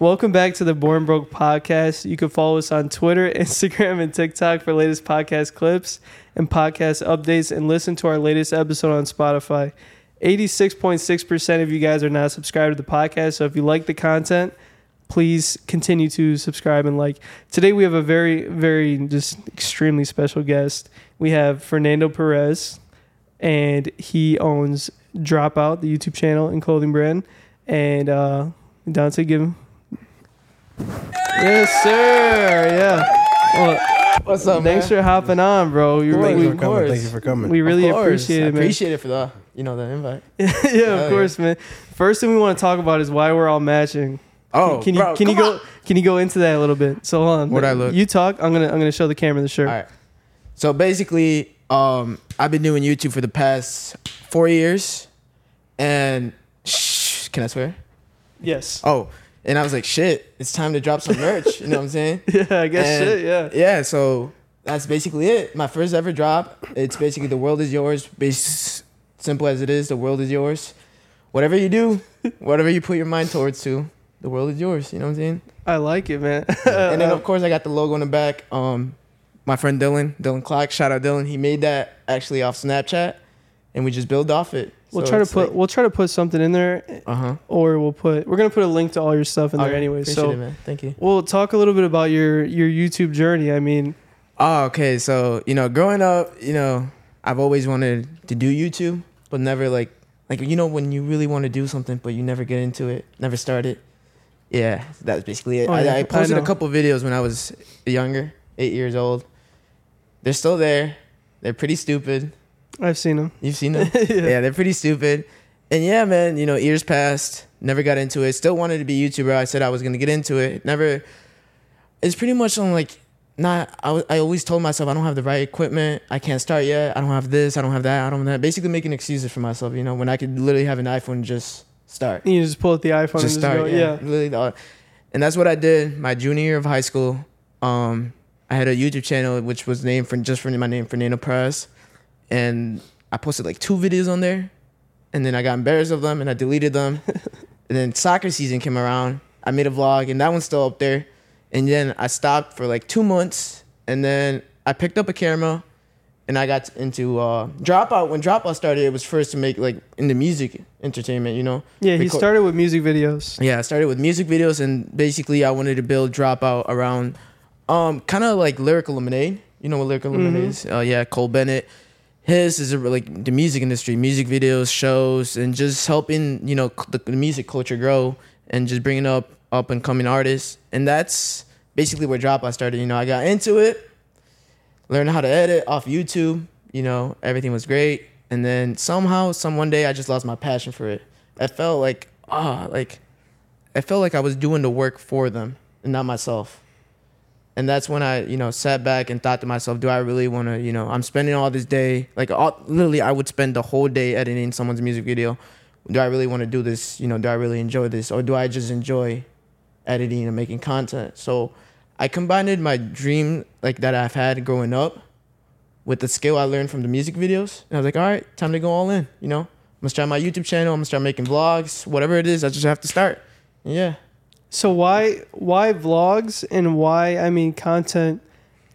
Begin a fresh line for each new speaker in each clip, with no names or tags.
Welcome back to the Born Broke podcast. You can follow us on Twitter, Instagram, and TikTok for latest podcast clips and podcast updates, and listen to our latest episode on Spotify. 86.6% of you guys are not subscribed to the podcast, so if you like the content, please continue to subscribe and like. Today we have a very, very just extremely special guest. We have Fernando Perez, and he owns Dropout, the YouTube channel and clothing brand. And uh, Dante, give him. Yes, sir. Yeah. Well,
What's up,
thanks
man?
for hopping on, bro. You
Thank
really,
you
we,
for coming.
Thank you for coming.
we really
Of course.
appreciate
I
it, man.
Appreciate it for the you know the invite.
yeah, of
yeah.
course, man. First thing we want to talk about is why we're all matching.
Oh,
can you
bro,
can you
come
go
on.
can you go into that a little bit? So hold on.
What'd I look?
You talk. I'm gonna I'm gonna show the camera the shirt.
All right. So basically, um, I've been doing YouTube for the past four years, and shh, can I swear?
Yes.
Oh, and I was like, shit, it's time to drop some merch. you know what I'm saying?
Yeah, I guess
And-
shit. Yeah.
Yeah. So that's basically it. My first ever drop. It's basically the world is yours. Bas simple as it is, the world is yours. Whatever you do, whatever you put your mind towards to, the world is yours. You know what I'm saying?
I like it, man. Uh,
and then of course I got the logo in the back. Um, my friend Dylan, Dylan Clark, shout out Dylan. He made that actually off Snapchat, and we just build off it.
we'll try to put
Like,
we'll try to put something in there,
uh huh.
or we'll put we're gonna put a link to all your stuff in there anyway. So
uh-huh. it, man. thank you.
we'll talk a little bit about your your YouTube journey. I mean,
Oh, okay. So you know, growing up, you know, I've always wanted to do YouTube, but never like like you know when you really want to do something, but you never get into it, never start it. Yeah, that's basically it.
Oh,
I,
yeah, I
I posted
know.
a couple videos when I was younger, eight years old. They're still there. They're pretty stupid.
I've seen them.
You've seen them? yeah. they're pretty stupid. And yeah, man, you know, years passed, never got into it. Still wanted to be a YouTuber. I said I was gonna get into it. Never. It's pretty much on like not. I, wa- I always told myself I don't have the right equipment. I can't start yet. I don't have this. I don't have that. I don't have that. Basically, making excuses for myself. You know, when I could literally have an iPhone and just start.
You just pull up the iPhone
Just
and just
start.
go.
yeah.
Yeah.
Literally the- and that's what I did my junior year of high school. Um, I had a YouTube channel which was named for just for my name Fernando Press, and I posted like two videos on there, and then I got embarrassed of them and I deleted them. and then soccer season came around. I made a vlog and that one's still up there. And then I stopped for like two months, and then I picked up a camera, and I got into uh, Dropout. When Dropout started, it was first to make like in the music entertainment, you know.
Yeah. He
Record-
started with music videos.
yeah, I started with music videos, and basically, I wanted to build Dropout around um, kind of like Lyrical Lemonade. You know what Lyrical Lemonade is? Uh, yeah, Cole Bennett. His is a, like the music industry, music videos, shows, and just helping you know c- the, the music culture grow and just bringing up up and coming artists. And that's basically where Dropout started. You know, I got into it, learned how to edit off YouTube. You know, everything was great. And then somehow, some one day, I just lost my passion for it. I felt like, ah, like, I felt like I was doing the work for them and not myself. And that's when I, you know, sat back and thought to myself, do I really want to, you know, I'm spending all this day, like, all, literally, I would spend the whole day editing someone's music video. Do I really want to do this? You know, do I really enjoy this? Or do I just enjoy editing and making content. So I combined my dream like that I've had growing up with the skill I learned from the music videos. And I was like, all right, time to go all in, you know? I'm gonna start my YouTube channel, I'm gonna start making vlogs, whatever it is, I just have to start. Yeah.
So why why vlogs and why I mean content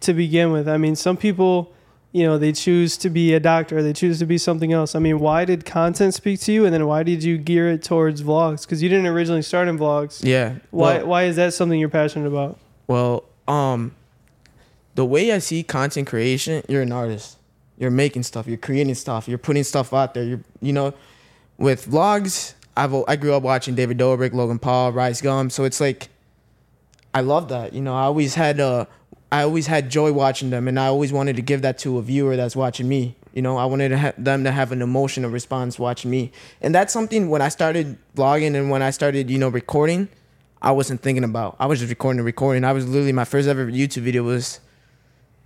to begin with? I mean some people, you know, they choose to be a doctor, they choose to be something else. I mean, why did content speak to you and then why did you gear it towards vlogs? Cuz you didn't originally start in vlogs.
Yeah.
Why
Well-
why is that something you're passionate about?
Well, um, the way I see content creation, you're an artist. You're making stuff. You're creating stuff. You're putting stuff out there. You you know, with vlogs, I've I grew up watching David Dobrik, Logan Paul, Rice Gum. So it's like, I love that. You know, I always had uh, I always had joy watching them, and I always wanted to give that to a viewer that's watching me. You know, I wanted to ha- them to have an emotional response watching me, and that's something when I started vlogging and when I started, you know, recording. I wasn't thinking about. I was just recording and recording. I was literally my first ever YouTube video was,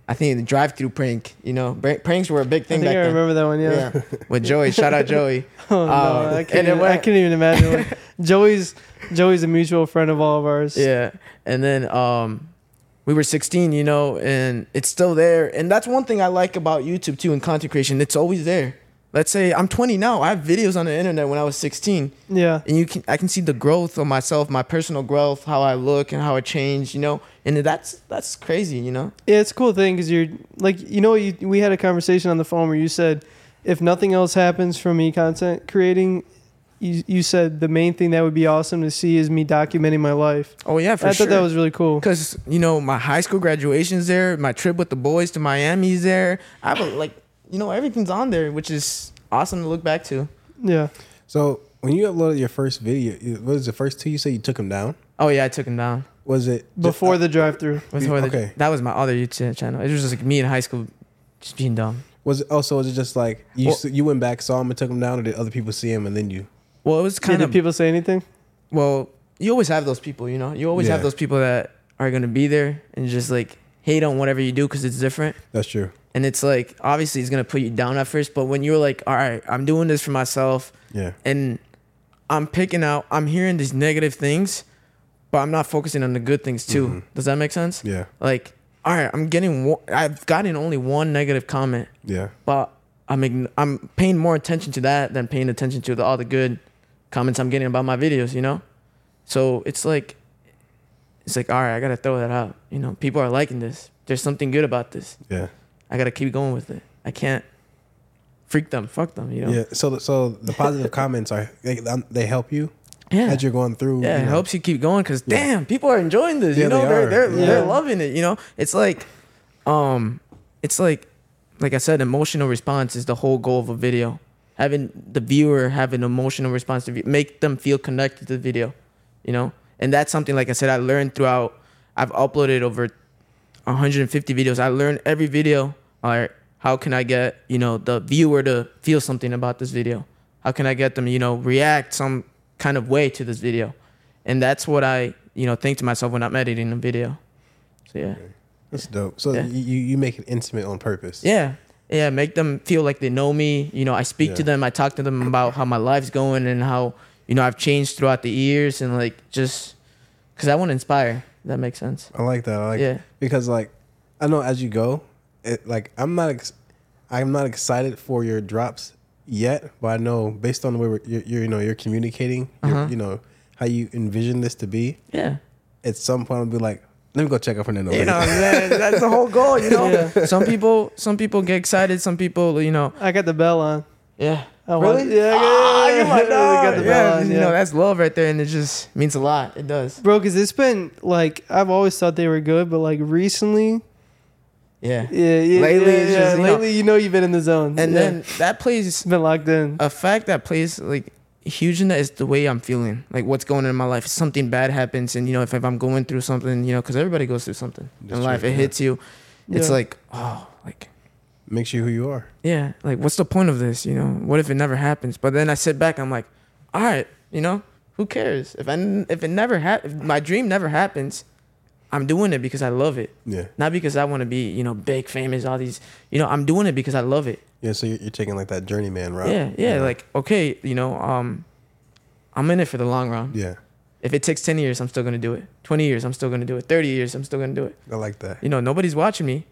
I think the drive through prank. You know, Bra- pranks were a big
I
thing
think
back
I
then.
remember that one, yeah.
with Joey. Shout out Joey.
Oh, no,
Um,
I,
and
can't
then
even,
when
I
I-
can't even imagine. Like, Joey's Joey's a mutual friend of all of ours.
Yeah, and then um, we were 16, you know, and it's still there. And that's one thing I like about YouTube too and content creation. It's always there. let's say I'm 20 now. I have videos on the internet when I was 16,
Yeah.
and you can I can see the growth of myself, my personal growth, how I look, and how I changed. You know, and that's that's crazy. You know,
Yeah, it's a cool thing because you're like, you know, you, we had a conversation on the phone where you said, if nothing else happens from me content creating, you, you said the main thing that would be awesome to see is me documenting my life.
oh yeah, for
I
sure.
thought that was really cool.
Cause you know my high school graduation's there, my trip with the boys to Miami's there. I have a, like you know everything's on there, which is awesome to look back to.
Yeah.
So when you uploaded your first video, it- what is the first two you say you took them down?
Oh yeah, I took him down.
Was it uh, ju-
uh,
Before the drive through.
Before the-
Okay.
that was my other YouTube channel. It was just like me in high school, just being dumb.
was it also was it just like you
Well-
s you went back saw him and took him down, or did other people see him and then you?
Well, it was kind
Did
of
people say anything?
well. You always have those people, you know. You always have
Yeah.
those people that are gonna be there and just like hate on whatever you do because it's different.
That's true.
And it's like obviously it's gonna put you down at first, but when you're like, all right, I'm doing this for myself.
Yeah.
and I'm picking out, I'm hearing these negative things, but I'm not focusing on the good things too. Does that make sense?
Mm-hmm. Yeah.
Like, all right, I'm getting, one, I've gotten only one negative comment,
Yeah.
but I'm ign- I'm paying more attention to that than paying attention to the, all the good comments I'm getting about my videos. You know, so it's like, it's like, all right, I gotta throw that out. You know, people are liking this. There's something good about this.
Yeah.
I gotta keep going with it. I can't freak them, fuck them. You know.
Yeah. So the- so the positive comments are they, um, they help you
Yeah.
as you're going through.
Yeah,
you
it
know?
helps you keep going because
Yeah.
damn, people are enjoying this.
Yeah,
you know,
they
they are
are.
they're
Yeah.
they're loving it. You know, it's like, um, it's like, like I said, emotional response is the whole goal of a video. Having the viewer have an emotional response to vi- make them feel connected to the video. You know, and that's something like I said I learned throughout. I've uploaded over 150 videos. I learned every video. All right, how can I get you know the viewer to feel something about this video? How can I get them you know react some kind of way to this video? And that's what I you know think to myself when I'm editing a video. So yeah,
That's dope. So
Yeah.
you you you make it intimate on purpose.
yeah, yeah. Make them feel like they know me. You know, I speak to
Yeah.
them. I talk to them about how my life's going and how you know I've changed throughout the years and like just because I want to inspire. If that makes sense.
I like that. I like
Yeah.
because like I know as you go, it, like I'm not ex- I'm not excited for your drops yet, but I know based on the way we're, you're, you're you know you're communicating,
Uh-huh.
you're, you know how you envision this to be.
Yeah.
At some point, I'll be like, let me go check up Fernando.
You know what
later.
I'm saying? That's the whole goal, you know?
Yeah.
Some people some people get excited, some people, you know.
I got the bell on.
Yeah.
I want- yeah, I got-
Ah, you're my
I got
dog.
the
Yeah,
bell on,
you
yeah.
know, that's love right there and it just means a lot. It does.
Bro, because it's been like, I've always thought they were good, but like recently,
Yeah.
yeah, yeah.
Lately,
yeah,
it's
yeah,
just, you know-
lately you know you've been in the zone.
And
Yeah.
then that plays
it's been locked in.
a fact that plays like huge in that is the way I'm feeling. Like what's going on in my life. If something bad happens and you know, if, if I'm going through something, you know, because everybody goes through something
That's
in life.
true,
it
yeah.
hits you. It's
Yeah.
like, oh, like
Makes you who you are.
yeah, like what's the point of this? You know, what if it never happens? But then I sit back, I'm like, all right, you know, who cares? If I n- if it never hap- if my dream never happens, I'm doing it because I love it,
Yeah,
not because I want to be, you know, big, famous, all these, you know, I'm doing it because I love it.
yeah. So you're, you're taking like that journeyman route.
Yeah, yeah, like okay, you know, um, I'm in it for the long run.
yeah.
If it takes ten years, I'm still gonna do it. Twenty years, I'm still gonna do it. Thirty years, I'm still gonna do it.
I like that.
You know, nobody's watching me,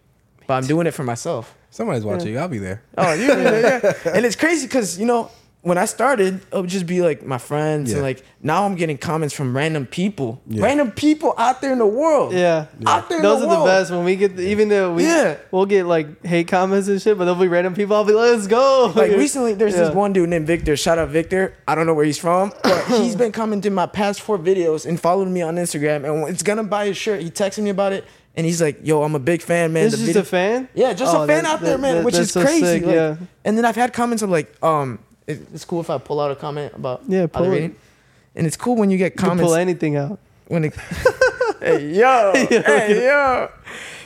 but I'm doing it for myself.
Somebody's watching. you. I'll be there.
Oh, you yeah. And it's crazy because you know when I started, it would just be like my friends, and
Yeah.
like now I'm getting comments from random people,
Yeah.
random people out there in the world.
Yeah.
out there.
Those are
in the
the
world.
best when we get the, even though we
Yeah.
we'll get like hate comments and shit, but there'll be random people. I'll be like, let's go.
Like recently, there's
Yeah.
this one dude named Victor. Shout out Victor. I don't know where he's from, but he's been commenting my past four videos and following me on Instagram. And when it's gonna buy his shirt. He texted me about it, and he's like, "Yo, I'm a big fan, man."
It's
The
just
video-
a fan.
Yeah, just
Oh,
a fan
that-
out there,
that-
man,
that-
which
that's
is
so
crazy.
sick,
like-
yeah.
And then I've had comments of like, um, it- it's cool if I pull out a comment about
Yeah,
how
pull
they're
it.
reading. And it's cool when you get
You can pull
comments
anything out.
when it. hey yo, hey yo.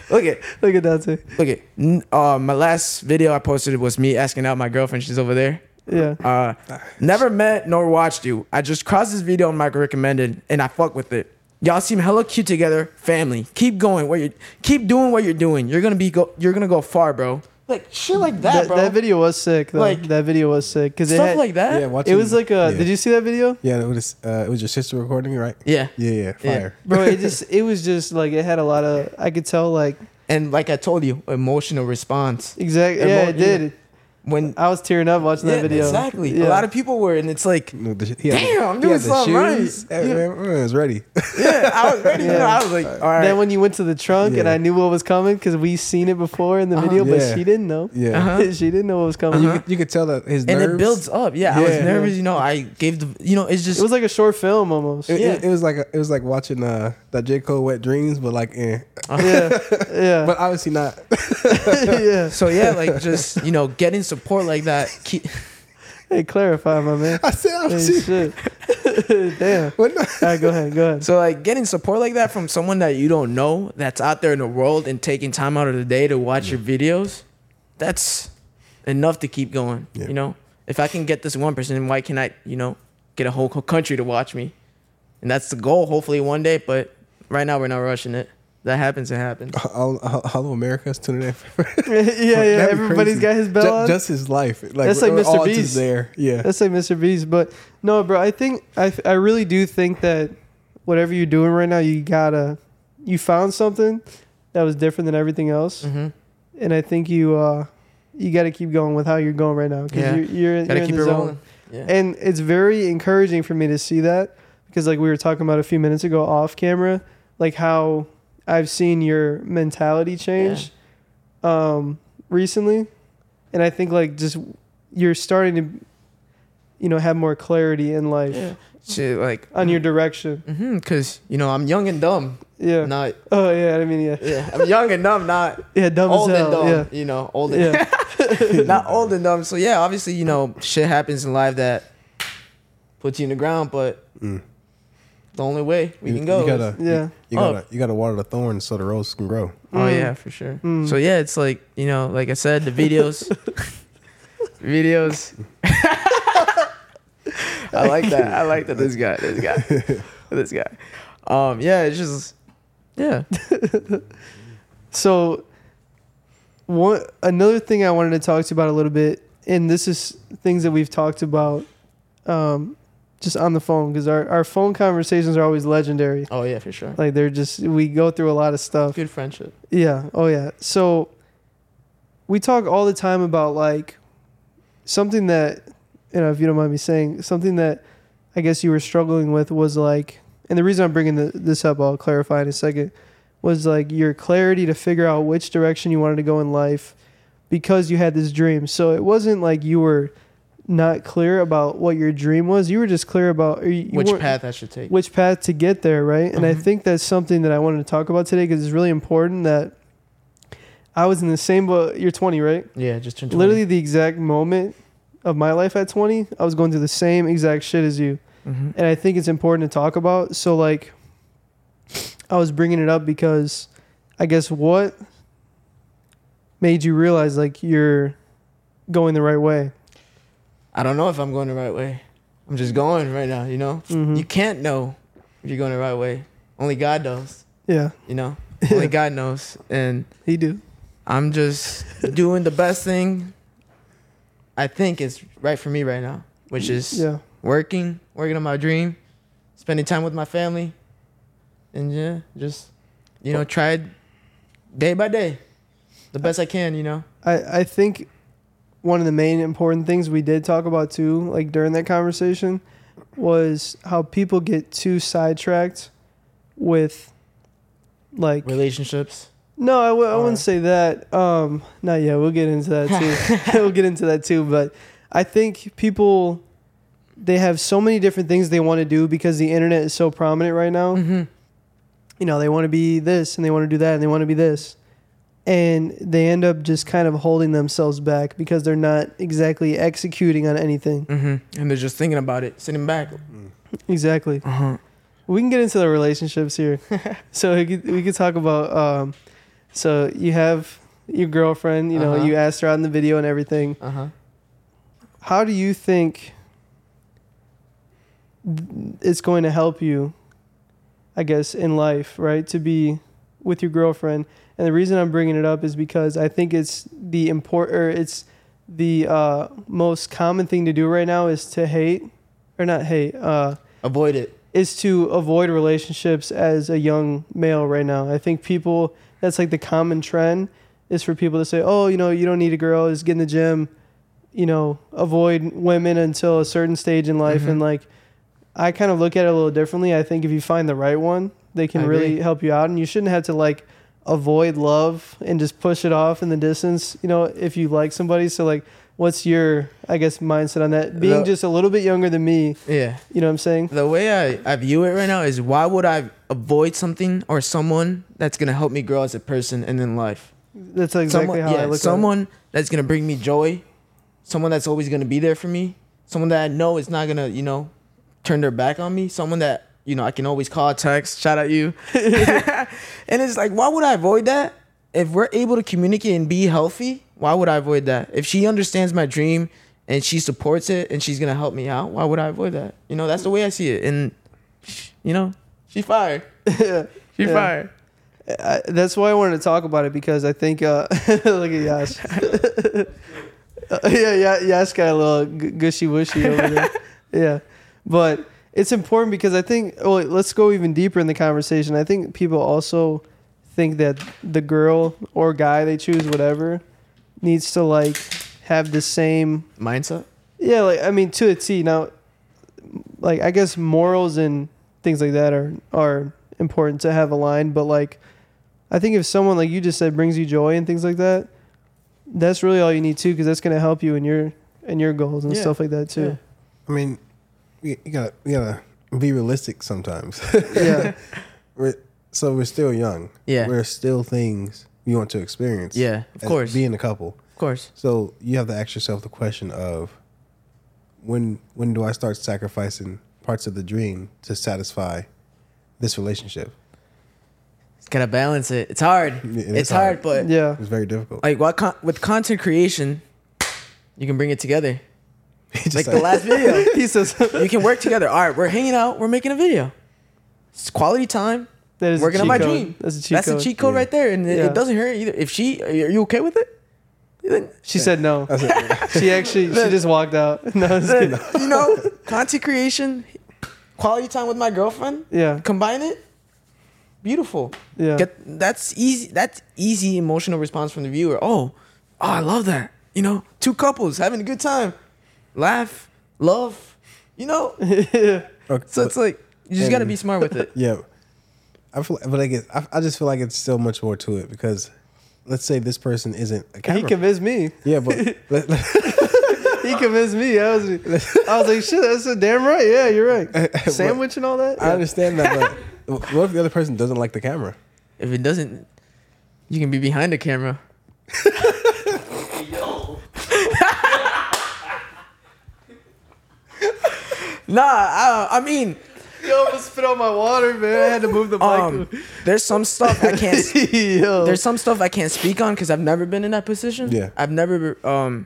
Look at
Look at that too.
look at. n- Uh, my last video I posted was me asking out my girlfriend. She's over there.
Yeah.
Uh, never met nor watched you. I just crossed this video on my recommended, and I fuck with it. Y'all seem hella cute together, family. Keep going. What you keep doing? What you're doing? You're gonna be go. You're gonna go far, bro. Like shit, like that,
That,
bro.
that video was sick. Though.
Like-
that video was sick because it
Stuff
had,
like uh, that.
Yeah, watching.
it was like a.
Yeah.
Did you see that video,
Yeah, it was. Uh, it was your sister recording, right?
Yeah.
Yeah, yeah.
Yeah.
Fire.
bro? It just it was just like it had a lot of. I could tell like
And like I told you, emotional response.
exactly.
Emo-
Yeah, it
yeah.
did.
when
I was tearing up watching
yeah,
that video.
exactly
Yeah.
a lot of people were, and it's like
No, the, he had the-
damn, I'm
he
doing
had the
something
shoes.
right.
Everyone was ready.
Yeah, I was ready. you know,
Yeah.
I was like, all right.
Then when you went to the trunk and
Yeah.
I knew what was coming because we seen it before in the
Uh-huh.
video, but
Yeah.
she didn't know.
Yeah. Uh-huh.
Uh-huh.
she didn't know what was coming.
And you, could, you could tell that his
and
nerves.
it builds up. Yeah, I was
Yeah.
nervous. You know, I gave the. You know, it's just
It was like a short film almost.
It,
Yeah.
it, it was like a, it was like watching uh, that J Cole Wet Dreams, but like, eh.
yeah, yeah,
but obviously not.
yeah.
so yeah, like just you know, getting support like that. Keep,
Hey, clarify, my man.
I said,
Hey,
obviously,
shit. Damn. All
what not?
right, go ahead. Go ahead.
so like getting support like that from someone that you don't know that's out there in the world and taking time out of the day to watch your videos, that's enough to keep going.
Yeah.
You know, if I can get this one person, why can I? You know, get a whole co- country to watch me, and that's the goal. Hopefully one day, but right now we're not rushing it. That happens. It happens.
All, all, all of America's tuning in. For,
yeah, yeah.
That'd be
Everybody's
crazy.
got his bell
Ju-
on.
Just his life. Like,
That's like
we're
Mr.
all just
Beast.
there. Yeah.
That's like Mr. Beast. But no, bro, I think I, I really do think that whatever you're doing right now, you gotta you found something that was different than everything else,
Mm-hmm.
and I think you uh you gotta keep going with how you're going right now because
Yeah.
you're you're,
Gotta
you're
keep
in
it
the zone.
rolling. Yeah.
And it's very encouraging for me to see that because, like, we were talking about a few minutes ago off camera, like how I've seen your mentality change um, recently. And I think, like, just you're starting to, you know, have more clarity in life
yeah. Shit, like
on your direction.
Mm-hmm, Cause you know I'm young and dumb.
Yeah.
Not
Oh, yeah. I mean, yeah.
yeah. I'm young and dumb. Not
Yeah. Dumb
old
as
and
hell.
dumb.
Yeah.
You know, old and
Yeah.
not old and dumb. So yeah, obviously you know shit happens in life that puts you in the ground. But
Mm.
the only way we
You-
can go.
You gotta,
is- Yeah. Oh.
You, you
Up.
gotta, you gotta water the thorns so the rose can grow.
is, oh
Mm.
yeah, for sure.
Mm.
So yeah, it's like you know, like I said, the videos, videos. I like that. I like that. This guy. This guy. This guy. Um. Yeah. It's just. Yeah.
So, one another thing I wanted to talk to you about a little bit, and this is things that we've talked about, um, just on the phone because our, our phone conversations are always legendary.
Oh yeah, for sure.
Like they're just we go through a lot of stuff.
Good friendship.
Yeah. Oh yeah. So we talk all the time about like something that you know, if you don't mind me saying, something that I guess you were struggling with was like, and the reason I'm bringing the, this up, I'll clarify in a second, was like your clarity to figure out which direction you wanted to go in life because you had this dream. So it wasn't like you were not clear about what your dream was. You were just clear about or you, you
Which
weren't-
path I should take.
which path to get there, right? And I
Mhm.
think that's something that I wanted to talk about today because it's really important that I was in the same boat. You're 20, right?
Yeah, just turned 20.
Literally the exact moment of my life at 20, I was going through the same exact shit as you.
Mhm.
And I think it's important to talk about. So, like, I was bringing it up because I guess what made you realize, like, you're going the right way?
I don't know if I'm going the right way. I'm just going right now, you know?
Mhm.
You can't know if you're going the right way. Only God knows,
Yeah,
you know? Only God knows. And
he do.
I'm just doing the best thing I think is right for me right now, which is
Yeah.
working, working on my dream, spending time with my family, and yeah, just, you know, try it day by day the best I can, you know?
I, I think one of the main important things we did talk about too, like during that conversation, was how people get too sidetracked with like
Relationships.
no, I w- I
Or-
wouldn't say that. Um, not yet. We'll get into that too. we'll get into that too. But I think people they have so many different things they want to do because the internet is so prominent right now.
Mm-hmm.
You know, they want to be this and they want to do that and they want to be this, and they end up just kind of holding themselves back because they're not exactly executing on anything.
Mm-hmm. And they're just thinking about it, sitting back.
Exactly.
Uh-huh.
we can get into the relationships here. so we could, we could talk about. Um, so you have your girlfriend. You know,
Uh-huh.
you asked her out in the video and everything.
Uh-huh.
How do you think th- it's going to help you? I guess in life, right, to be with your girlfriend. And the reason I'm bringing it up is because I think it's the import or it's the uh, most common thing to do right now is to hate or not hate. Uh,
Avoid it.
is to avoid relationships as a young male right now. I think people that's like the common trend is for people to say, "Oh, you know, you don't need a girl, just get in the gym, you know, avoid women until a certain stage in life.
Mm-hmm.
And like, I kind of look at it a little differently. I think if you find the right one, they
I
can
agree.
really help you out. And you shouldn't have to like avoid love and just push it off in the distance, you know, if you like somebody. So, like, what's your, I guess, mindset on that? Being
The-
just a little bit younger than me,
Yeah.
you know what I'm saying?
The way I, I view it right now is why would I avoid something or someone that's gonna help me grow as a person and in life?
That's exactly
someone,
how I
yeah,
look at
someone that's gonna bring me joy, someone that's always gonna be there for me, someone that I know is not gonna, you know, turn their back on me, someone that you know I can always call, text, shout out you, and it's like, why would I avoid that? If we're able to communicate and be healthy, why would I avoid that? If she understands my dream and she supports it and she's gonna help me out, why would I avoid that? You know, that's the way I see it, and you know, she fired,
it. yeah.
she
Yeah.
fired.
I, that's why I wanted to talk about it because I think uh, look at Yash. Uh, yeah, yeah, Yash got a little g- gushy wushy over there. yeah, but it's important because I think. Well, let's go even deeper in the conversation. I think people also think that the girl or guy they choose, whatever, needs to like have the same
Mindset.
yeah, like I mean, to a T. Now, like I guess morals and things like that are are important to have aligned. But like, I think if someone like you just said brings you joy and things like that, that's really all you need too, because that's gonna help you in your in your goals and
Yeah.
stuff like that too.
I mean, you, you gotta you gotta be realistic sometimes.
Yeah,
we're, so we're still young.
Yeah.
We're still things we want to experience.
Yeah, of
as
course,
Being a couple.
of course.
So you have to ask yourself the question of when when do I start sacrificing parts of the dream to satisfy this relationship?
gotta balance it. It's hard.
It is
it's hard, but
hard.
yeah.
It's very difficult.
like what con- with content creation, you can bring it together.
Just
like the last video,
he says
you can work together. All right, we're hanging out. We're making a video. It's quality time.
that is
Working
a cheat
on my
code.
dream.
That's a cheat
That's
code.
a cheat code
Yeah.
right there, and it,
Yeah.
it doesn't hurt either. If she, are you okay with it? Then,
She said no.
That's it.
She actually she just walked out. No, I'm just
then,
kidding.
you know, content creation, quality time with my girlfriend.
yeah,
Combine it. Beautiful.
yeah.
Get, that's easy. That's easy emotional response from the viewer. Oh, oh, I love that. You know, two couples having a good time, laugh, love. You know,
yeah.
Okay.
so it's like you just gotta be
And-
smart with it.
Yeah, I feel, but I guess I, I just feel like it's so much more to it because let's say this person isn't a
He
camera.
convinced me.
yeah, but let, let-
He convinced me. I was, I was like, shit, that's a damn right. Yeah, you're right. Sandwich and all that.
I understand that. But what if the other person doesn't like the camera?
If it doesn't, you can be behind the camera. nah, I, I mean,
Yo, I spit on my water, man. I had to move the mic.
um, there's some stuff I can't.
Yo.
there's some stuff I can't speak on because I've never been in that position.
Yeah.
I've never, um,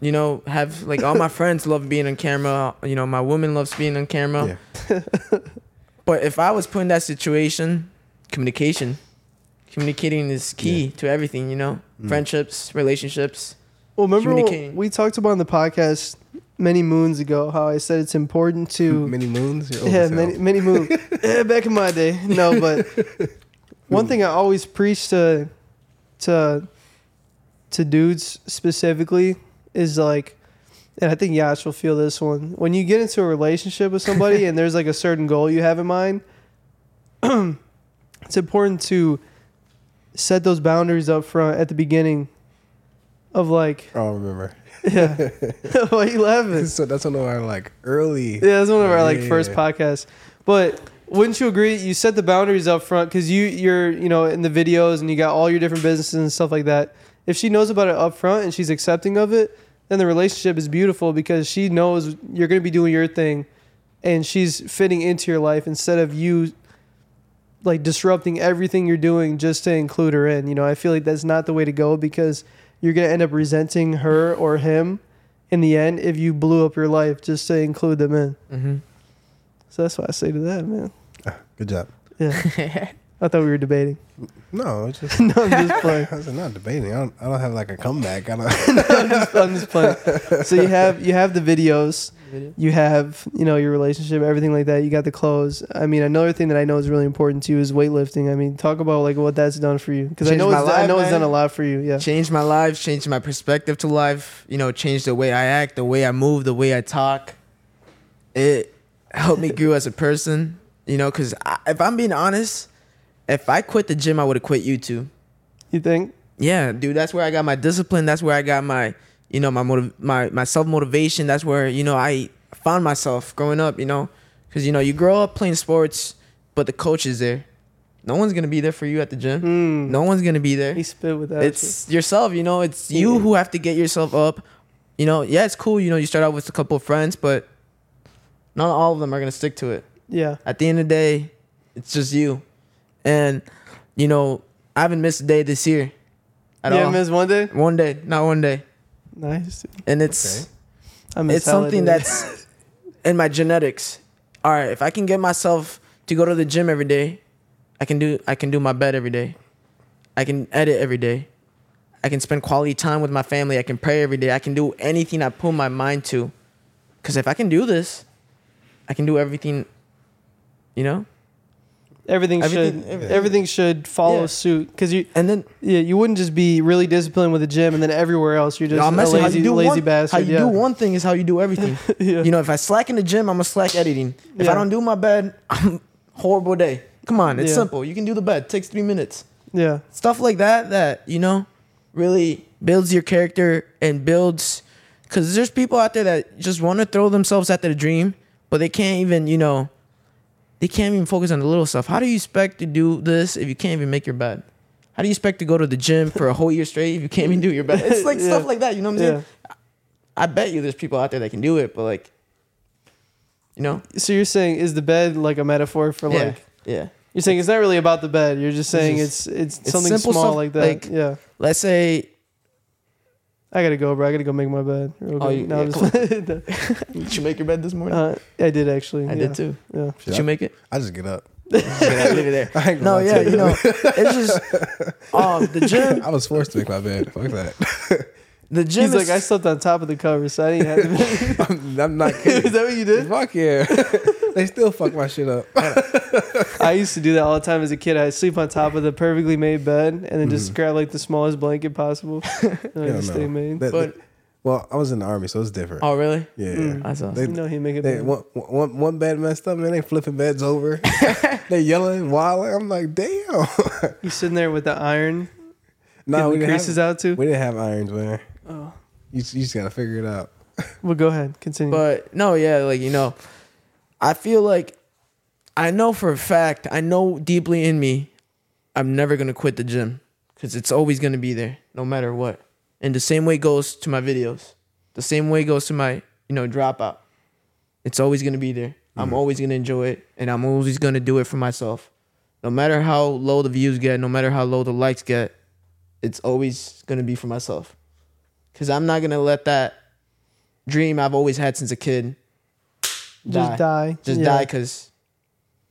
you know, have like all my friends love being on camera. You know, my woman loves being on camera.
Yeah,
But if I was put in that situation, communication, communicating is key to everything. You know,
Mm.
friendships, relationships.
well, remember when
communicating.
we talked about on the podcast many moons ago how I said it's important to
many moons. You're old
yeah
as hell.
many many moons Eh, back in my day. No, but one thing I always preach to to to dudes specifically is like and I think Yash will feel this one. When you get into a relationship with somebody and there's like a certain goal you have in mind, it's important to set those boundaries up front at the beginning of like
I don't remember.
yeah. Why you laughing?
So that's one of our like early.
Yeah, that's one of our like
Yeah.
first podcasts. But wouldn't you agree? You set the boundaries up front because you you're you know in the videos and you got all your different businesses and stuff like that. If she knows about it up front and she's accepting of it, then the relationship is beautiful because she knows you're going to be doing your thing, and she's fitting into your life instead of you like disrupting everything you're doing just to include her in. You know, I feel like that's not the way to go because you're going to end up resenting her or him in the end if you blew up your life just to include them in.
Mm-hmm.
So that's what I say to that, man.
Ah, Good job.
Yeah. I thought we were debating.
No, it's just
no, I'm just playing.
I was not debating. I don't, I don't have like a comeback. I don't.
I'm just, I'm just playing. So you have you have the videos,
Video.
you have you know your relationship, everything like that. You got the clothes. I mean, another thing that I know is really important to you is weightlifting. I mean, talk about like what that's done for you because I
Changed
know
my
it's, I
life,
know it's
man.
done a lot for you. Yeah,
Changed my life, changed my perspective to life, you know, changed the way I act, the way I move, the way I talk. It helped me grow as a person, you know, because if I'm being honest, if I quit the gym, I would have quit YouTube.
you think?
Yeah, dude, that's where I got my discipline. That's where I got my, you know, my motiv- my my self motivation. That's where you know I found myself growing up. You know, because you know you grow up playing sports, but the coach is there. No one's gonna be there for you at the gym.
Mm.
No one's gonna be there.
He spit with that.
It's yourself. You know, it's you who have to get yourself up. You know, yeah, it's cool. You know, you start out with a couple of friends, but not all of them are gonna stick to it
yeah.
at the end of the day, it's just you. And you know, I haven't missed a day this year at
you
all.
haven't missed one day.
one day, not one day.
Nice.
And it's
I miss
it's something
holidays.
that's in my genetics. All right, if I can get myself to go to the gym every day, I can do I can do my bed every day. I can edit every day. I can spend quality time with my family. I can pray every day. I can do anything I put my mind to. Cuz if I can do this, I can do everything, you know?
everything,
everything-
should
everything-
everything should follow
Yeah.
suit because you
And then
yeah you wouldn't just be really disciplined with the gym and then everywhere else you're just
No, I'm
a
not saying how
lazy,
you do
lazy
one,
bastard.
How you
yeah.
do one thing is how you do everything.
Yeah.
You know, if I slack in the gym, I'm gonna slack editing. If
Yeah.
I don't do my bed, I'm horrible day. Come on, it's
Yeah.
simple. You can do the bed. takes three minutes.
yeah.
Stuff like that, that you know, really builds your character and builds. Because there's people out there that just want to throw themselves at their dream, but they can't even, you know, they can't even focus on the little stuff. How do you expect to do this if you can't even make your bed? How do you expect to go to the gym for a whole year straight if you can't even do your bed? It's like
Yeah.
stuff like that. You know what I'm saying?
Yeah.
I bet you there's people out there that can do it, but like, you know,
So you're saying is the bed like a metaphor for
yeah,
like
yeah.
you're saying it's not really about the bed. You're just saying it's
just-
it's,
it's
something
simple
small
stuff,
like that.
like-
yeah.
Let's say
I gotta go, bro. I gotta go make my bed. Real
Oh,
quick.
you-
no,
yeah,
I'm just-
did you make your bed this morning?
uh, I did actually.
I
yeah.
did too.
Yeah.
Did you make it?
I just get up.
Yeah, leave it there.
I ain't
No,
gonna lie
yeah,
to
you know, it's just um the gym.
I was forced to make my bed. Fuck that.
The gym
He's
is
like, I slept on top of the cover, so I didn't have to.
I'm, I'm not
Is
kidding.
that what you did?
Fuck yeah. they still fuck my shit up.
I used to do that all the time as a kid. I'd sleep on top of the perfectly made bed and then
Mm.
just grab like the smallest blanket possible. and I'd
Yeah,
just
no.
stay made.
That-
But-
that- well, I was in the army, so it's different.
oh really?
yeah.
Mm.
That's awesome.
They,
you know he make it.
they,
big.
one, one, one bed messed up, man. They flipping beds over. they yelling, wilding. I'm like, damn.
You sitting there with the iron?
no,
getting
we
the
didn't,
creases
have,
out too.
we didn't have irons, man.
Oh.
You, you just got to figure it out.
Well, go ahead. Continue.
But no, yeah, like you know, I feel like I know for a fact, I know deeply in me, I'm never gonna quit the gym because it's always gonna be there, no matter what. And the same way goes to my videos. The same way goes to my you know dropout. It's always gonna be there. I'm always gonna enjoy it, and I'm always gonna do it for myself. No matter how low the views get, no matter how low the likes get, it's always gonna be for myself. Cause I'm not gonna let that dream I've always had since a kid
just die.
just
Yeah.
die because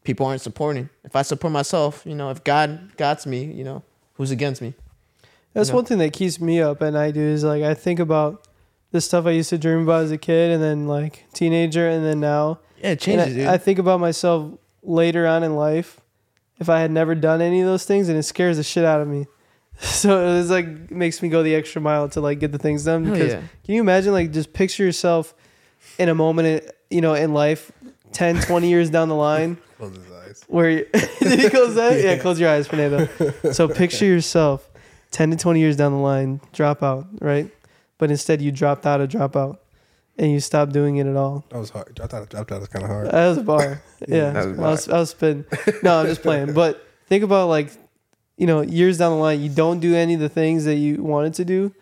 people aren't supporting. If I support myself, you know, if God gots me, you know, who's against me?
That's
you know?
one thing that keeps me up at night, dude. Is like I think about the stuff I used to dream about as a kid, and then like teenager, and then now.
Yeah, it
And
changes, dude.
I, I think about myself later on in life if I had never done any of those things, and it scares the shit out of me. So it's like makes me go the extra mile to like get the things done.
Hell
Because
yeah.
can you imagine like just picture yourself in a moment, in, you know, in life, 10, 20 years down the line,
Close his eyes.
where you- did he close that? Yeah, close your eyes, Fernando. So picture yourself 10 to 20 years down the line, drop out, right? But instead you dropped out of dropout and you stopped doing it at all.
That was hard. I thought, I thought that was kind of hard.
That was a bar.
Yeah,
Yeah,
that was a
I was I was spitting. No, I'm just playing. But think about like, you know, years down the line, you don't do any of the things that you wanted to do.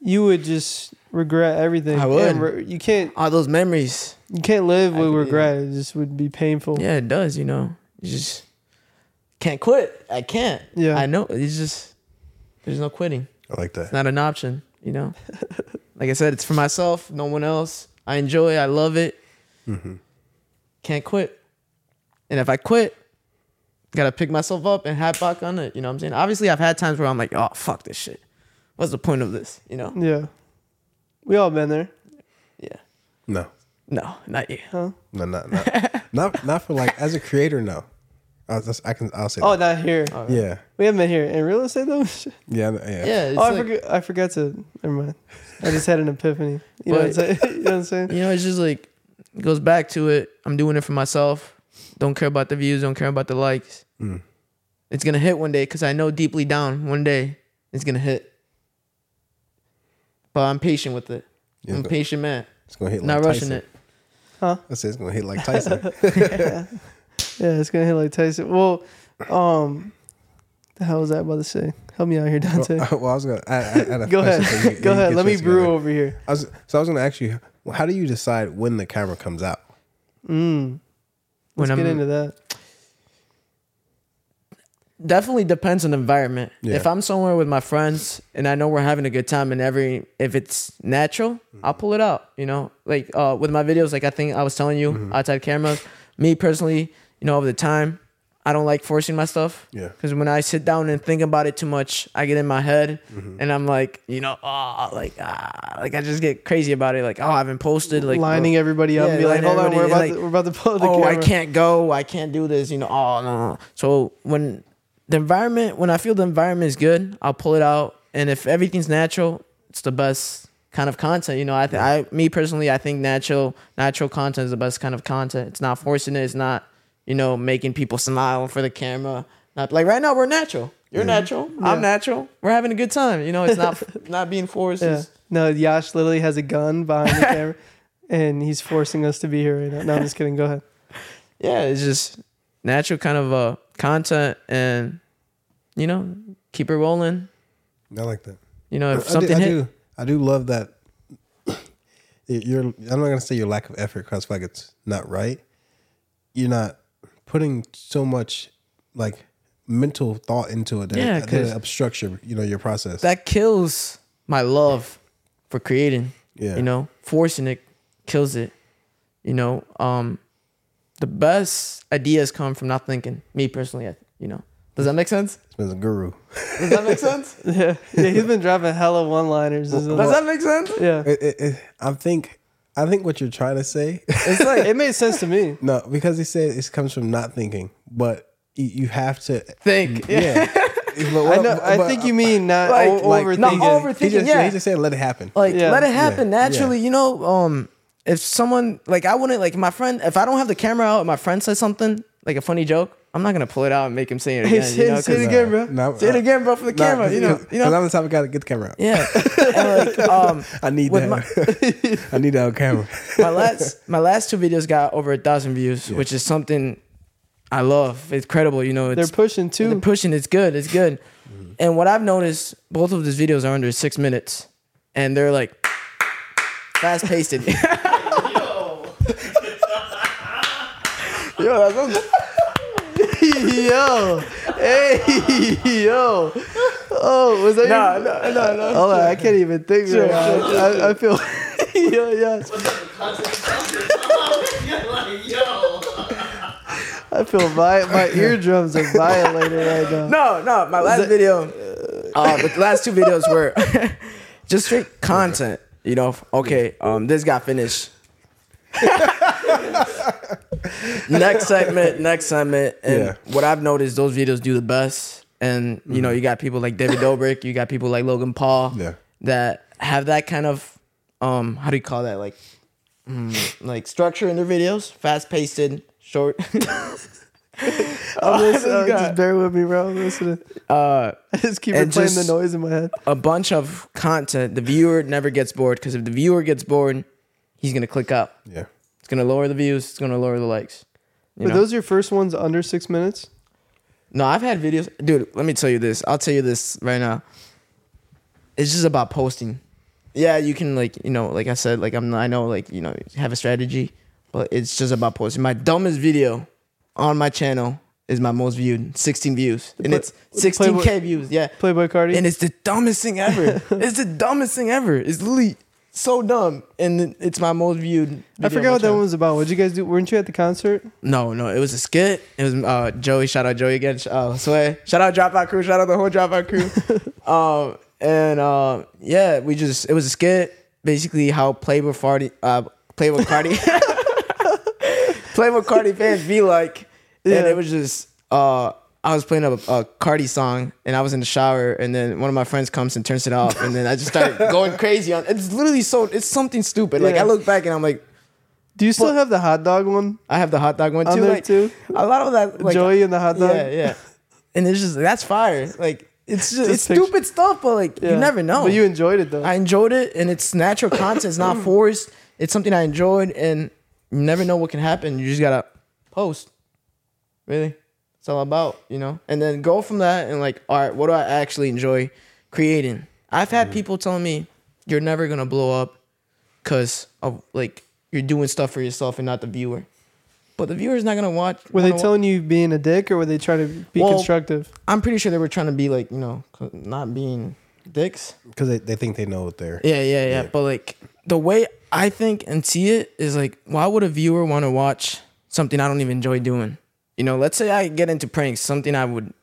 You would just regret everything.
I would.
And re- you can't.
All those memories.
You can't live
I
with
could-
regret. It just would be painful.
Yeah, it does, you know. You just can't quit. I can't.
Yeah.
I know. It's just, there's no quitting.
I like that.
It's not an option, you know. like I said, it's for myself, no one else. I enjoy it. I love it. Can't quit. And if I quit, gotta pick myself up and hat back on it. You know what I'm saying? Obviously, I've had times where I'm like, oh fuck this shit. What's the point of this? You know?
Yeah. We all been there.
Yeah.
No,
No, not you.
Huh?
no, not not not, not for like as a creator. No, I, was- I can I'll say.
Oh,
that.
not here.
yeah,
We haven't been here. In real estate, though? Shit.
yeah, yeah,
Yeah. It's
oh, I,
like-
forgot, I forgot to. Never mind. I just had an epiphany. You, know, what I'm saying? you know what I'm saying?
you know, it's just like it goes back to it. I'm doing it for myself. Don't care about the views. Don't care about the likes.
Mm.
It's gonna hit one day because I know deeply down one day it's gonna hit. But I'm patient with it.
Yeah,
I'm a
but
patient man.
It's gonna hit like
Not
Tyson.
rushing it.
I said it's gonna hit like Tyson.
Yeah, it's going to hit like Tyson. Well, um, the hell was I about to say? Help me out here, Dante.
well, I was gonna. I, I had a
Go
question
ahead.
so you-
Go
you
ahead.
get
Let me
yours
brew
together.
over here.
I was, so I was gonna ask you, well, how do you decide when the camera comes out?
Mm.
When
Let's
I'm
get into that.
definitely depends on the environment.
Yeah.
If I'm somewhere with my friends and I know we're having a good time and every if it's natural, I'll pull it out. You know, like uh, with my videos, like I think I was telling you
Mm-hmm.
outside cameras. Me personally, you know, over the time, I don't like forcing my stuff.
Yeah.
Because when I sit down and think about it too much, I get in my head
Mm-hmm.
and I'm like, you know, oh, like ah, like I just get crazy about it. Like oh, I haven't posted. Like
lining
oh,
everybody up
yeah,
and be like,
lining
hold on, we're
everybody-
about,
like,
to, we're about to pull the
oh,
camera.
I can't go. I can't do this. You know, oh, no, no. So when the environment, when I feel the environment is good, I'll pull it out. And if everything's natural, it's the best kind of content. You know, I, th- I, me personally, I think natural, natural content is the best kind of content. It's not forcing it. It's not, you know, making people smile for the camera. Not like right now, we're natural. You're natural. I'm natural. We're having a good time. You know, it's not not being forced.
Yeah.
It's-
No, Yash literally has a gun behind the camera and he's forcing us to be here right now. No, I'm just kidding. Go ahead.
yeah, it's just natural kind of uh content and you know, keep it rolling.
I like that.
You know,
I-
if
I do-
something
I
hit,
do, I do love that. You're. I'm not gonna say your lack of effort because like it's not right. You're not putting so much like mental thought into it that,
Yeah,
it, that
'cause-
it obstructs your you know your process.
that kills my love for creating.
Yeah.
You know, forcing it kills it. You know, um the best ideas come from not thinking. Me personally, I- you know. Does that make sense?
it's been a guru.
Does that make sense? Does
Yeah. yeah he's been dropping hella one liners.
that make sense?
Yeah.
It, it, it, I think. I think what you're trying to say
It's like, it made sense to me.
No, because he said it comes from not thinking, but y- you have to.
Think. Yeah.
Yeah. But
I
what-
know. I
but-
think you mean not
Like-
o-
like-
overthinking.
not
overthinking.
He just,
yeah.
he just said let it happen.
like
Yeah.
let it happen
Yeah.
naturally you know um if someone like i wouldn't like my friend if i don't have the camera out and my friend says something like a funny joke i'm not gonna pull it out and make him say it
Hey,
again you know,
say it
'cause-
again, bro.
No,
say it
I-
again bro for the
no,
camera you know
because-
you know
because I'm the type of guy to get the camera out.
yeah and like um
I need
With
that. I need that on camera.
my last my last two videos got over a thousand views which is something i love it's credible you know
They're Mm-hmm.
it's
pushing
and
too.
They're pushing. It's good. It's good. And what I've noticed, both of these videos are under six minutes, and they're like fast paced. Yo, yo, that's what
yo. Hey, yo. Oh, was that
Nah,
your... no, no, no. Hold on, I can't even think right now. I, I feel... yo, yo. I feel my, my eardrums are violated right now.
No, no, my last video, uh, the last two videos were just straight content. You know, okay, um, this got finished. next segment, next segment, and
Yeah.
what I've noticed, those videos do the best. And you know, you got people like David Dobrik, you got people like Logan Paul
Mm-hmm. Yeah.
that have that kind of, um, how do you call that, like, mm, like structure in their videos, fast paced, short.
I'm listening.
this
uh,
guy.
Just bear with me, bro. I'm listening.
uh,
I just keep replaying
And
the
just-
noise in my head.
a bunch of content, the viewer never gets bored because if the viewer gets bored, he's gonna click up.
Yeah.
It's gonna lower the views. It's gonna lower the likes. You
Were
know?
those your first ones under six minutes?
no, I've had videos, dude. Let me tell you this. I'll tell you this right now. It's just about posting. Yeah, you can like you know, like I said, like I'm. I know like you know, have a strategy, but it's just about posting. My dumbest video on my channel is my most viewed, 16 views, and
Play-
it's 16k views. Yeah,
Playboy Cardi.
and it's the dumbest thing ever. it's the dumbest thing ever. It's literally so dumb, and it's my most
I
viewed. video of my
forgot what that
channel.
one was about. What'd you guys do? Weren't you at the concert?
No, no, it was a skit. It was uh, Joey. Shout out Joey again. Sh- Uh, Sway. Shout out Dropout Crew. Shout out the whole Dropout Crew. um, and um, yeah, we just it was a skit. Basically, how play with Cardi, uh, play with Cardi, play with Cardi fans be like. And
Yeah.
it was just uh, I was playing a, a Cardi song, and I was in the shower, and then one of my friends comes and turns it off, and then I just started going crazy on. It's literally so. It's something stupid. Like
Yeah.
I look back and I'm like.
Do you still have the hot dog one?
I have the hot dog one too.
On there,
like,
too?
A lot of that, like
Joey and the hot dog?
Yeah, yeah. And it's just that's fire. Like it's just, it's
picture-
stupid stuff, but like
Yeah.
you never know.
But you enjoyed it though.
I enjoyed it, and it's natural content. It's
Mm.
not forced. It's something I enjoyed, and you never know what can happen. You just gotta post. Really, it's all about you know, and then go from that and like, all right, what do I actually enjoy creating? I've had
Mm-hmm.
people tell me you're never gonna blow up because of like you're doing stuff for yourself and not the viewer. But the viewer's not gonna watch.
were they
wanna wa-
telling you being a dick or were they trying to be
Well-
constructive?
I'm pretty sure they were trying to be like you know, not being dicks.
because they, they think they know what they're.
Yeah, yeah, yeah,
Yeah.
But like the way I think and see it is like, why would a viewer want to watch something I don't even enjoy doing? You know, let's say I get into pranks, something I would.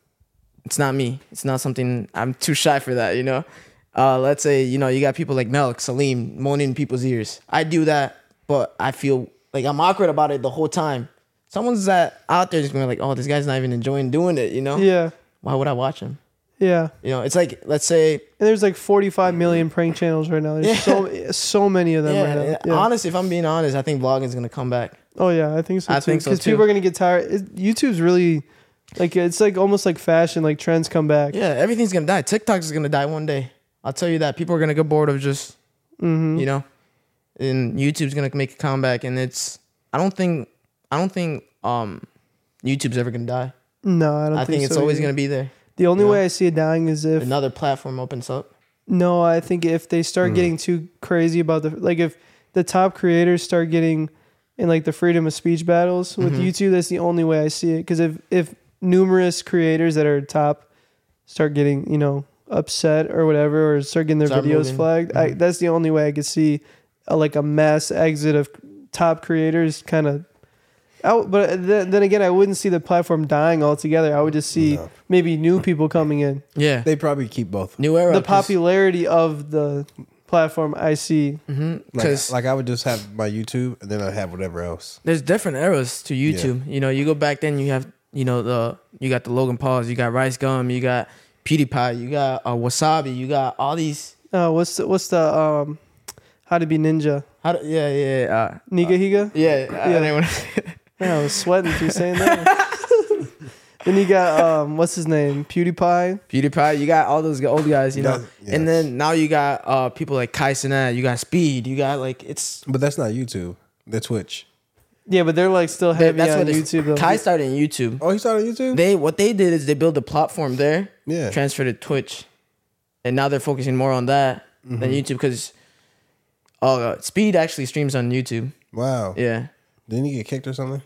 It's not me. It's not something I'm too shy for that. You know, uh, let's say you know you got people like Melk, Salim moaning in people's ears. I do that, but I feel like I'm awkward about it the whole time. Someone's that out there just going like, oh, this guy's not even enjoying doing it. You know,
Yeah.
why would I watch him?
Yeah.
You know, it's like let's say
And there's like 45 million prank channels right now. There's so so many of them
Yeah,
right now.
and
Yeah.
honestly, if I'm being honest, I think vlogging is gonna come back.
oh yeah, I think so.
I
too.
think so,
Because
too.
people are gonna get tired. It, YouTube's really like it's like almost like fashion. Like trends come back.
Yeah, everything's gonna die. TikTok's is gonna die one day. I'll tell you that. People are gonna get bored of just, you know, and YouTube's gonna make a comeback. And it's, I don't think, I don't think, um, YouTube's ever gonna die.
No, I don't.
I,
think,
think, it's
so
always
either.
gonna be there.
The only
you know?
way I see it dying is if
Another platform opens up.
No, I think if they start getting too crazy about the like if the top creators start getting in like the freedom of speech battles with YouTube, that's the only way I see it. Because if if numerous creators that are top start getting you know upset or whatever or start getting their
Start
videos
moving.
flagged, I, that's the only way I could see a, like a mass exit of top creators kind of. out. But uh, then, then again, I wouldn't see the platform dying altogether. I would just see
No.
maybe new people coming in
Yeah,
They probably keep both.
new era.
the popularity of the platform I see.
Like,
Because
like I would just have my YouTube and then I'd have whatever else.
there's different eras to YouTube. You know, you go back then, you have you know the you got the Logan Pauls, you got Rice Gum, you got PewDiePie, you got uh, Wasabi, you got all these.
Uh, what's the, what's the um, how to be ninja?
How do, yeah, yeah, yeah. Uh,
Niga Higa?
yeah, I,
Yeah.
I didn't wanna-
Man, I was sweating through saying that. then you got um, what's his name? PewDiePie.
PewDiePie, you got all those old guys, you know.
That-
And
yes.
then now you got uh, people like Kai Cenat, you got Speed, you got like it's
But that's not YouTube. That's Twitch.
Yeah, but they're like still heavy
that's
on
what
YouTube though.
it's, Kai started in YouTube.
Oh, he started on YouTube?
They what they did is they built a platform there,
Yeah.
transferred to Twitch, and now they're focusing more on that than
Mm-hmm.
YouTube because uh, Speed actually streams on YouTube.
wow.
Yeah,
Didn't he get kicked or something?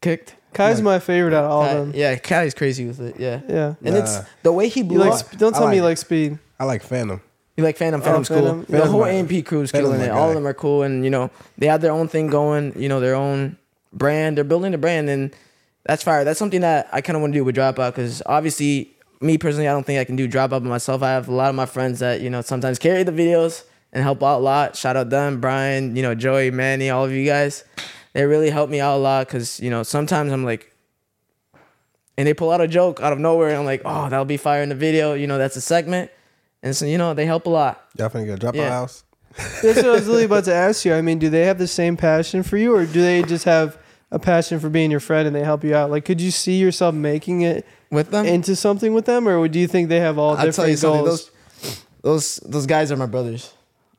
kicked.
Kai's my favorite out of all
Kai,
of them.
Yeah, Kai's crazy with it. Yeah,
Yeah.
and it's
Nah.
the way he
You
blew
like?
up.
sp- Don't
I
tell me you
like it.
like speed.
I like Phantom.
You like Phantom? Phantom's cool.
Phantom.
the
Phantom's
whole
my-
AMP crew is
Phantom's
killing it.
my
All
guy.
of them are cool, and you know they have their own thing going. You know their own brand. They're building a brand, and that's fire. That's something that I kind of want to do with Dropout because obviously, me personally, I don't think I can do Dropout by myself. I have a lot of my friends that you know sometimes carry the videos and help out a lot. Shout out them, Brian, you know Joey, Manny, all of you guys. They really help me out a lot because you know sometimes I'm like, and they pull out a joke out of nowhere, and I'm like, oh, that'll be fire in the video. You know that's a segment. And so you know they help a lot.
Y'all finna get a drop
Yeah.
out house?
That's what I was really about to ask you. I mean, do they have the same passion for you, or do they just have a passion for being your friend and they help you out? Like, could you see yourself making it
with them.
into something with them, or do you think they have all
I'll
different
tell you something.
goals?
Those, those those guys are my brothers.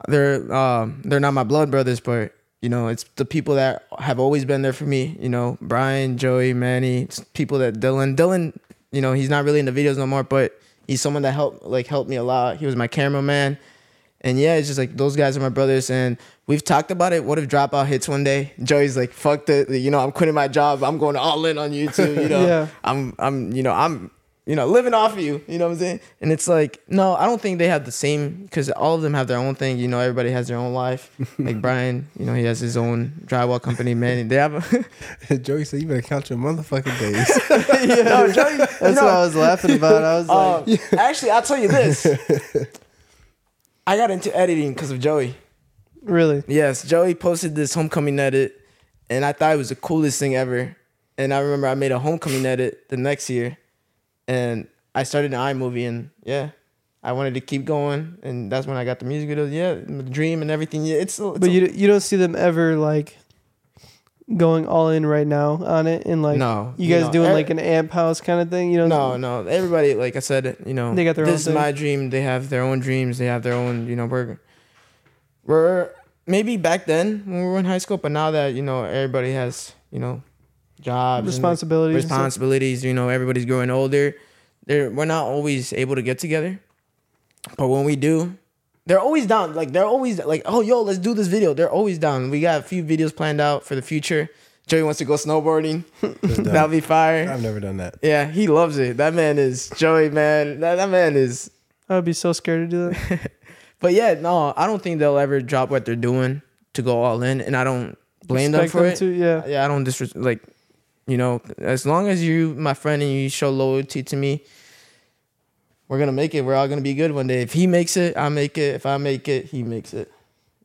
They're um they're not my blood brothers, but you know it's the people that have always been there for me. You know Brian, Joey, Manny, it's people that Dylan. Dylan, you know he's not really in the videos no more, but he's someone that helped like helped me a lot. He was my cameraman. And yeah, it's just like those guys are my brothers, and we've talked about it. What if Dropout hits one day? Joey's like, "Fuck the, you know, I'm quitting my job. I'm going all in on YouTube. You know,
Yeah.
I'm, I'm, you know, I'm you know, living off of you. You know what I'm saying? And it's like, no, I don't think they have the same because all of them have their own thing. You know, everybody has their own life. Like Brian, you know, he has his own drywall company. Man, they have. A,
Joey said, "You better count your motherfucking days."
No, Joey- that's
you know,
what I was laughing about. I was like,
um, actually, I'll tell you this. I got into editing because of Joey.
really?
Yes, Joey posted this homecoming edit, and I thought it was the coolest thing ever. And I remember I made a homecoming edit the next year, and I started an iMovie, and yeah, I wanted to keep going, and that's when I got the music videos. Yeah, the dream and everything. Yeah, it's, it's
But you you don't see them ever like going all in right now on it and like
No,
you guys
no.
doing
Every-
like an amp house kind of thing. You don't
no, no. Everybody, like I said, you know,
They got their own
This
thing.
is my dream. They have their own dreams. They have their own, you know, we're we're maybe back then when we were in high school, but now that you know everybody has, you know, jobs, and
responsibilities. and stuff.
responsibilities. You know, everybody's growing older. They're, we're not always able to get together, but when we do, they're always down. Like they're always like, oh yo, let's do this video. They're always down. We got a few videos planned out for the future. Joey wants to go snowboarding. That'll be fire.
I've never done that.
Yeah, he loves it. That man is Joey, man. That, that man is.
I would be so scared to do that.
But yeah, no, I don't think they'll ever drop what they're doing to go all in, and I don't blame them
Expect
for it.
to- yeah.
Yeah, I don't disres like, you know, as long as you, my friend, and you show loyalty to me, we're gonna make it. We're all gonna be good one day. If he makes it, I make it. If I make it, he makes it.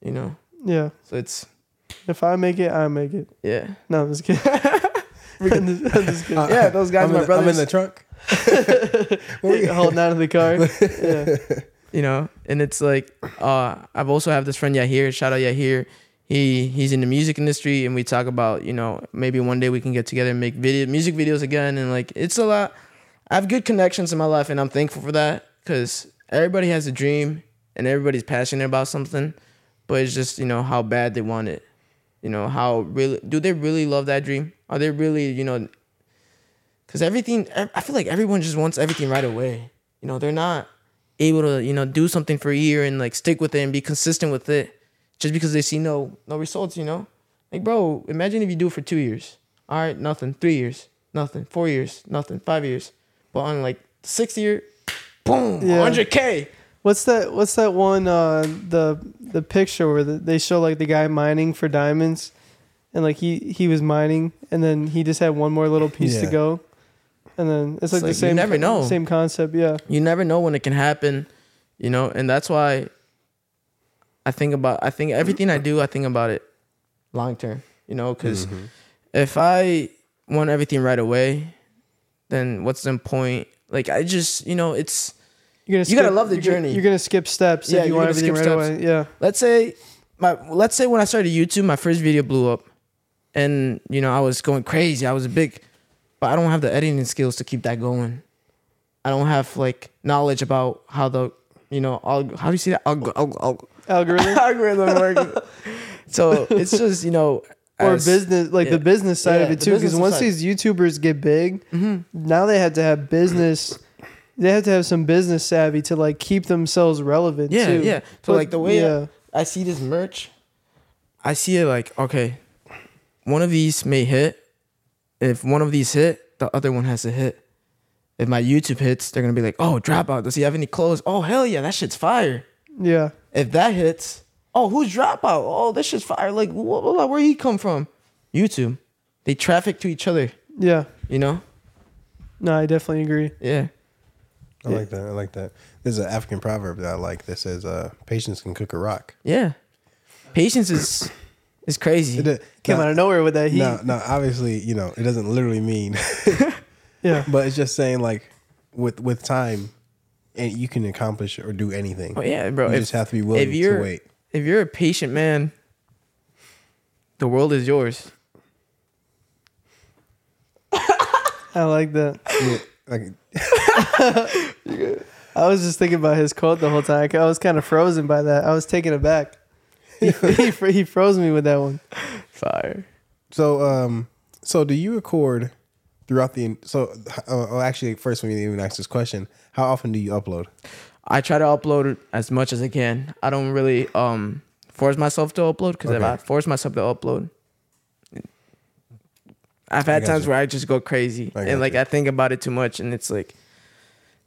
You know,
Yeah.
so it's
If I make it, I make it.
yeah,
No, I'm just kidding. I'm just, I'm just kidding.
yeah. Those guys,
Uh, I'm,
my
in the, I'm in
brothers.
the trunk.
Holding out of the car. Yeah.
you know and it's like uh i've also have this friend yahir shout out yahir he he's in the music industry and we talk about you know maybe one day we can get together and make video music videos again and like it's a lot i have good connections in my life and i'm thankful for that because everybody has a dream and everybody's passionate about something but it's just you know how bad they want it you know how really do they really love that dream are they really you know because everything ev- i feel like everyone just wants everything right away you know they're not able to you know do something for a year and like stick with it and be consistent with it just because they see no no results you know like bro imagine if you do it for two years all right nothing three years nothing four years nothing five years but on like sixth year boom
Yeah.
100k
What's that? What's that one? Uh, the the picture where the, they show like the guy mining for diamonds, and like he he was mining, and then he just had one more little piece to
Yeah.
go, and then it's, like,
like, you
the same
never know.
same concept. Yeah,
you never know when it can happen, you know, and that's why I think about I think everything I do, I think about it long term, you know, because if I want everything right away, then what's the point? Like I just, you know, it's
you're gonna
You gotta love the
you're gonna-
journey.
You're gonna skip steps
Yeah,
if you
you're
want
gonna skip
everything right away.
steps.
Yeah,
let's say my let's say when I started YouTube, my first video blew up, and you know I was going crazy. I was a big, but I don't have the editing skills to keep that going. I don't have like knowledge about how the you know alg- how do you see that alg- alg- alg-
algorithm
algorithm works. so it's just you know
or
as-
business, like
yeah.
the business side of
Yeah,
it
the
too. Because
business
once
side. Mm-hmm.
these YouTubers get big, now they have to have business. They have to have some business savvy to like keep themselves relevant.
Yeah,
too.
yeah. So
But-
like the way
yeah.
I see this merch, I see it like okay, one of these may hit. If one of these hit, the other one has to hit. If my YouTube hits, they're gonna be like, oh, dropout. Does he have any clothes? Oh, hell yeah, that shit's fire.
yeah.
If that hits, oh, who's dropout? Oh, this shit's fire. Like, wh- wh- where he come from? YouTube. They traffic to each other.
Yeah.
You know?
No, I definitely agree.
Yeah.
I like that. I like that. There's an African proverb that I like that says, uh, "Patience can cook a rock."
Yeah. Patience is is crazy.
It did-
Came
now-
out of nowhere with that heat.
No, no. Obviously, you know, it doesn't literally mean,
Yeah.
but it's just saying like, with with time, and you can accomplish or do anything.
Well, yeah, bro.
You
if,
just have to be willing
if you're,
to wait.
If you're a patient man, the world is yours.
I like that.
Yeah, like,
I was just thinking about his quote the whole time. I was kind of frozen by that. I was taken aback. He, he, fr- he froze me with that one.
Fire.
so, um, so do you record throughout the? So, oh, oh, actually, first let me even ask this question: How often do you upload?
I try to upload as much as I can. I don't really um force myself to upload because if
Okay.
I force myself to upload, I've had
got
times
you.
where I just go crazy
I got
and like
you.
I think about it too much and it's like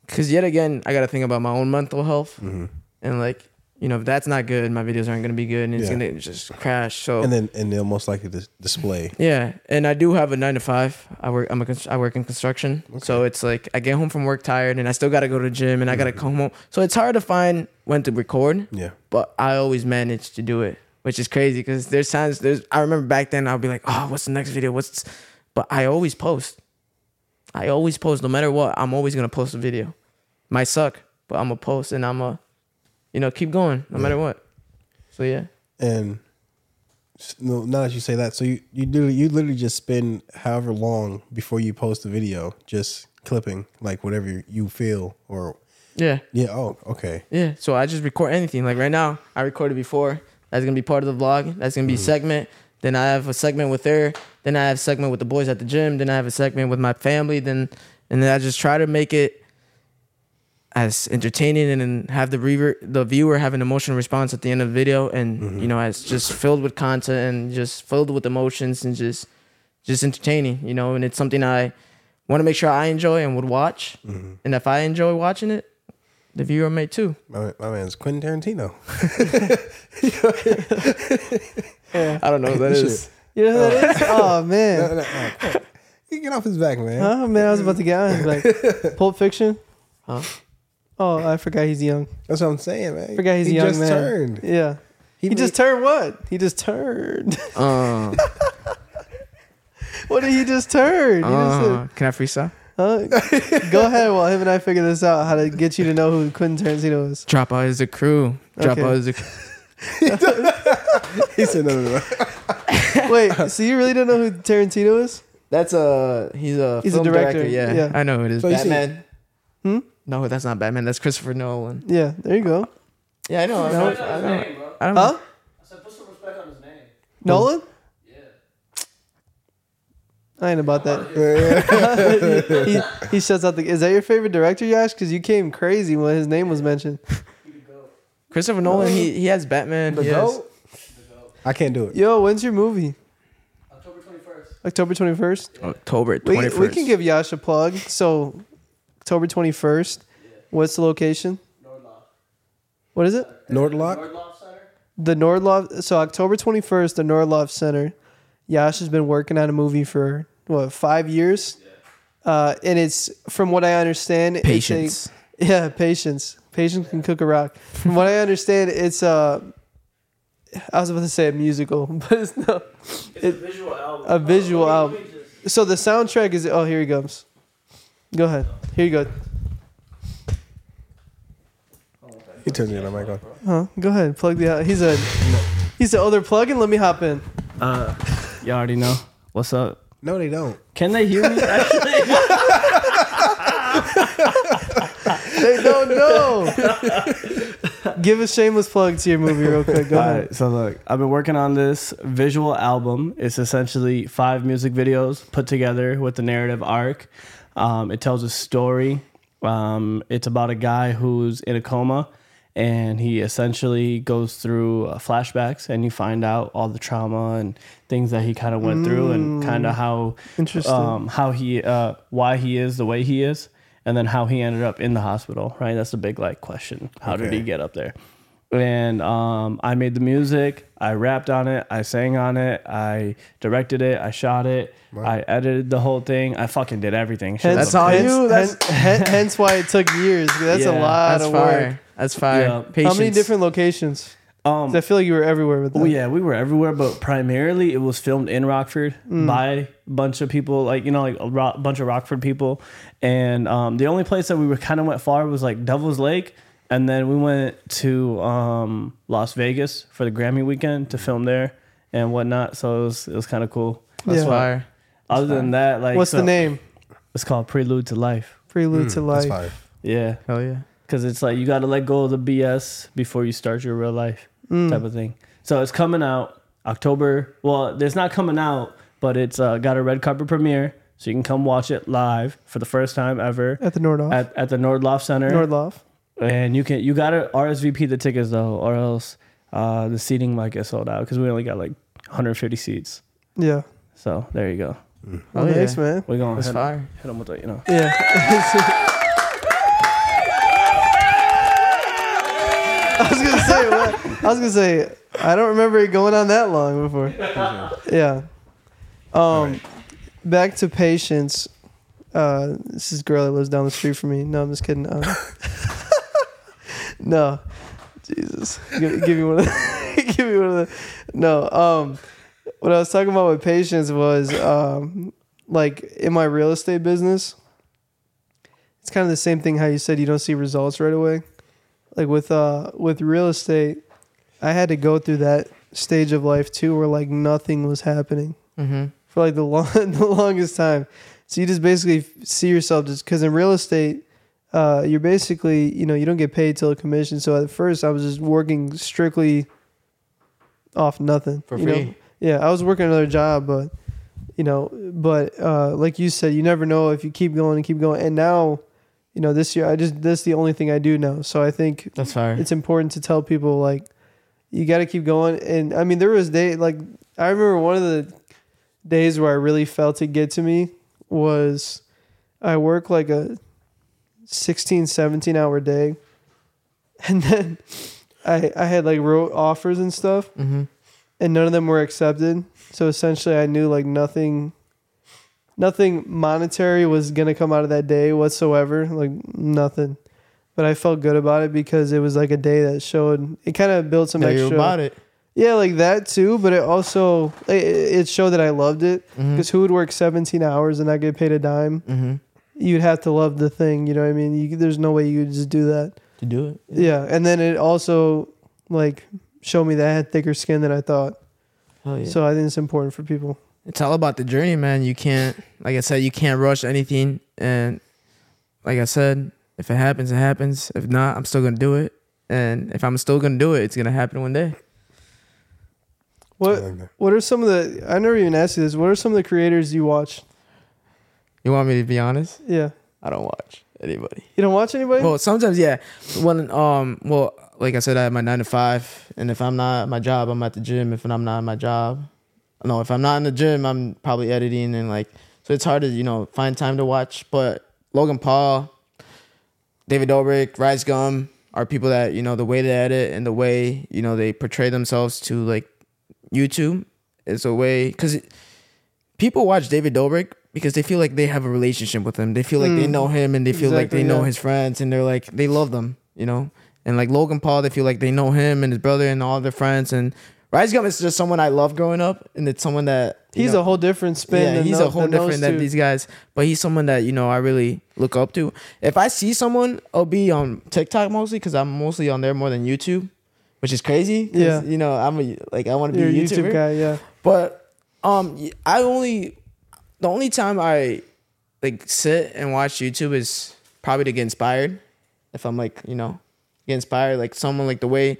Cause yet again, I got to think about my own mental health,
Mm.
and like you know, if that's not good, my videos aren't gonna be good, and it's
Yeah.
gonna just crash. So
and then and they'll most likely dis- display.
yeah, and I do have a nine to five. I work. I'm a. const- I work in construction, so it's like I get home from work tired, and I still got to go to the gym, and I got to come home. So it's hard to find when to record.
Yeah.
but I always manage to do it, which is crazy because there's times there's. I remember back then I'll be like, oh, what's the next video? What's, but I always post. I always post, no matter what. I'm always gonna post a video. Might suck, but I'm gonna post, and I'm gonna, you know, keep going no matter what. So yeah,
And s- no, now that you say that, so you you literally, you literally just spend however long before you post the video just clipping like whatever you feel or
yeah.
yeah oh okay
Yeah, so I just record anything. Like right now, I recorded before. That's gonna be part of the vlog. That's gonna be segment. Then I have a segment with her. Then I have segment with the boys at the gym. Then I have a segment with my family. Then and then I just try to make it as entertaining and, then have the reaver, the viewer have an emotional response at the end of the video. And you know, it's just filled with content and just filled with emotions and just just entertaining. You know, and it's something I want to make sure I enjoy and would watch. And if I enjoy watching it, the viewer may too.
my, my man's Quentin Tarantino
I don't know who that
Shit.
is.
You know who that is? Oh
No,
man.
no, no. You get off his back man
Oh man, I was about to get on. Like Pulp Fiction.
Huh?
Oh, I forgot he's young.
that's what I'm saying man
Forgot he's
he
a young
just
man.
turned
Yeah. He,
made-
just turned what? He just turned.
Uh,
what did he just turn? He just said-
uh, can I freestyle?
Huh? Go ahead while him and I figure this out how to get you to know who Quentin Tarantino is.
Drop out is a crew. Drop
Okay.
out is a.
he said no no no
Wait, so you really don't know who Tarantino is?
That's a he's a
He's a film director, director,
Yeah.
yeah.
I know who it is.
So you see-
Batman.
Hmm?
No, that's not Batman. That's Christopher Nolan.
Yeah, there you go.
Yeah, I know. I know. I know. I don't
Huh? Nolan? I ain't about that. he, he shuts out the. Is that your favorite director, Josh? Because you came crazy when his name was mentioned.
Christopher Nolan. He he has Batman.
The
he has-
goat? I can't do it
Yo, when's your movie? October 21st.
October
We,
twenty first.
we can give Yash a plug. So, October 21st. What's the location? What is it?
Nordlock
The Nordlof. So October 21st, the Nordlof Center. Yash has been working on a movie for what five years, uh, and it's from what I understand. it's a-
patience.
yeah, patience. Patience can cook a rock. From what I understand, it's uh, I was about to say a musical, but it's no. It's a visual album. Oh, A visual album. So the soundtrack is. Oh, here he comes. Go ahead. Here you go.
he turns me on oh. my god
Huh? Go ahead. Plug the. out. He's a. He's the other plug, and let me hop in.
Uh, you already know. What's up?
no they don't
Can they hear me? Actually,
They don't know. Give a shameless plug to your movie real quick. Go
all
ahead.
right. So look, I've been working on this visual album. It's essentially five music videos put together with the narrative arc. Um, it tells a story. Um, it's about a guy who's in a coma, and he essentially goes through uh, flashbacks, and you find out all the trauma and things that he kind of went through, and kind of how
Interesting.
um, how he uh, why he is the way he is and then how he ended up in the hospital right that's the big like question how did
Okay.
he get up there and um, i made the music i rapped on it i sang on it i directed it i shot it i edited the whole thing i fucking did everything
Hence,
Shit was
That's all
hence,
you? That's-
hen- hen- hence why it took years. That's a
Yeah,
lot
That's
of
fire.
work.
That's fire.
Yeah. How many
How many
Patience.
different locations?
um
'Cause I feel like you were everywhere with that.
Well, yeah, we were everywhere, but primarily it was filmed in Rockford by a bunch of people, like you know, like a ro- bunch of Rockford people. And um, the only place that we were kind of went far was like Devil's Lake, and then we went to um, Las Vegas for the Grammy weekend to film there and whatnot. So it was it was kind of cool.
That's
Yeah.
fire.
Other than that, like
What's
so-
the name?
It's called Prelude to Life.
Prelude to
Hmm, Mm, that's
Life.
fire
Yeah,
Hell yeah.
because it's like you got to let go of the BS before you start your real life
Hmm.
type of thing. So it's coming out October. Well, it's not coming out, but it's uh, got a red carpet premiere, so you can come watch it live for the first time ever
At the Nordoff.
at, at the Nordloff Center.
Nordloff.
and you can you got to RSVP the tickets though, or else uh, the seating might get sold out because we only got like 150 seats.
Oh,
Yeah.
So there you go.
Oh,
yeah.
thanks, man.
We're going
That's
hit,
fire.
hit 'em with it, you know.
Yeah. I was gonna say. What, I was gonna say. I don't remember it going on that long before. Yeah. Um, back to patience. Uh, this is girl that lives down the street from me. No, I'm just kidding. Um, no, Jesus, give, give me one of the, give me one of the. No, um, what I was talking about with patience was um, like in my real estate business. It's kind of the same thing. How you said you don't see results right away, like with uh with real estate, I had to go through that stage of life too, where like nothing was happening
Mm-hmm.
for like the long, the longest time. So you just basically f- see yourself just because in real estate, uh, you're basically you know you don't get paid till a commission. So at first I was just working strictly off nothing
For
you know?
free.
Yeah, I was working another job, but you know, but uh, like you said, you never know if you keep going and keep going. And now, you know, this year I just that's the only thing I do now. So I think
That's fire.
it's important to tell people like you got to keep going and i mean there was day like i remember one of the days where i really felt it get to me was i work like a 16 17 hour day and then i i had like wrote offers and stuff
mm-hmm.
and none of them were accepted so essentially i knew like nothing nothing monetary was gonna come out of that day whatsoever like nothing but i felt good about it because it was like a day that showed it kind of built some
Now
extra
you're about it.
yeah like that too but it also it, it showed that i loved it because who would work 17 hours and not get paid a dime
Mm-hmm.
you'd have to love the thing you know what i mean you, there's no way you could just do that
To do it.
yeah and then it also like showed me that i had thicker skin than i thought
Hell yeah.
so i think it's important for people
it's all about the journey, man. You can't, like I said, you can't rush anything. And like I said, if it happens, it happens. If not, I'm still gonna do it. And if I'm still gonna do it, it's gonna happen one day.
What
Like that.
What are some of the? I never even asked you this. What are some of the creators you watch?
You want me to be honest?
Yeah,
I don't watch anybody.
you don't watch anybody.
Well, sometimes, yeah. When, um, well, like I said, I have my nine to five, and if I'm not at my job, I'm at the gym. If I'm not at my job, no, if I'm not in the gym, I'm probably editing and like, so it's hard to you know find time to watch. But Logan Paul, David Dobrik, Rise Gum are people that you know the way they edit and the way you know they portray themselves to like YouTube is a way because people watch David Dobrik because they feel like they have a relationship with him. They feel like they
Mm.
know him and they feel like
Exactly,
they know
yeah.
his friends and they're like they love them, you know. And like Logan Paul, they feel like they know him and his brother and all their friends. And Rise Gum is just someone I love growing up, and it's someone that you
he's
know,
a whole different spin.
yeah,
than
he's
tho-
a whole
than
different
those
than
two.
these guys, but he's someone that you know I really look up to. If I see someone, I'll be on TikTok mostly because I'm mostly on there more than YouTube, which is crazy. 'cause,
Yeah.
you know I'm a, like I want to be
You're
a
a
YouTuber,
YouTube guy. Yeah,
but um, I only the only time I like sit and watch YouTube is probably to get inspired. If I'm like you know get inspired, like someone like the way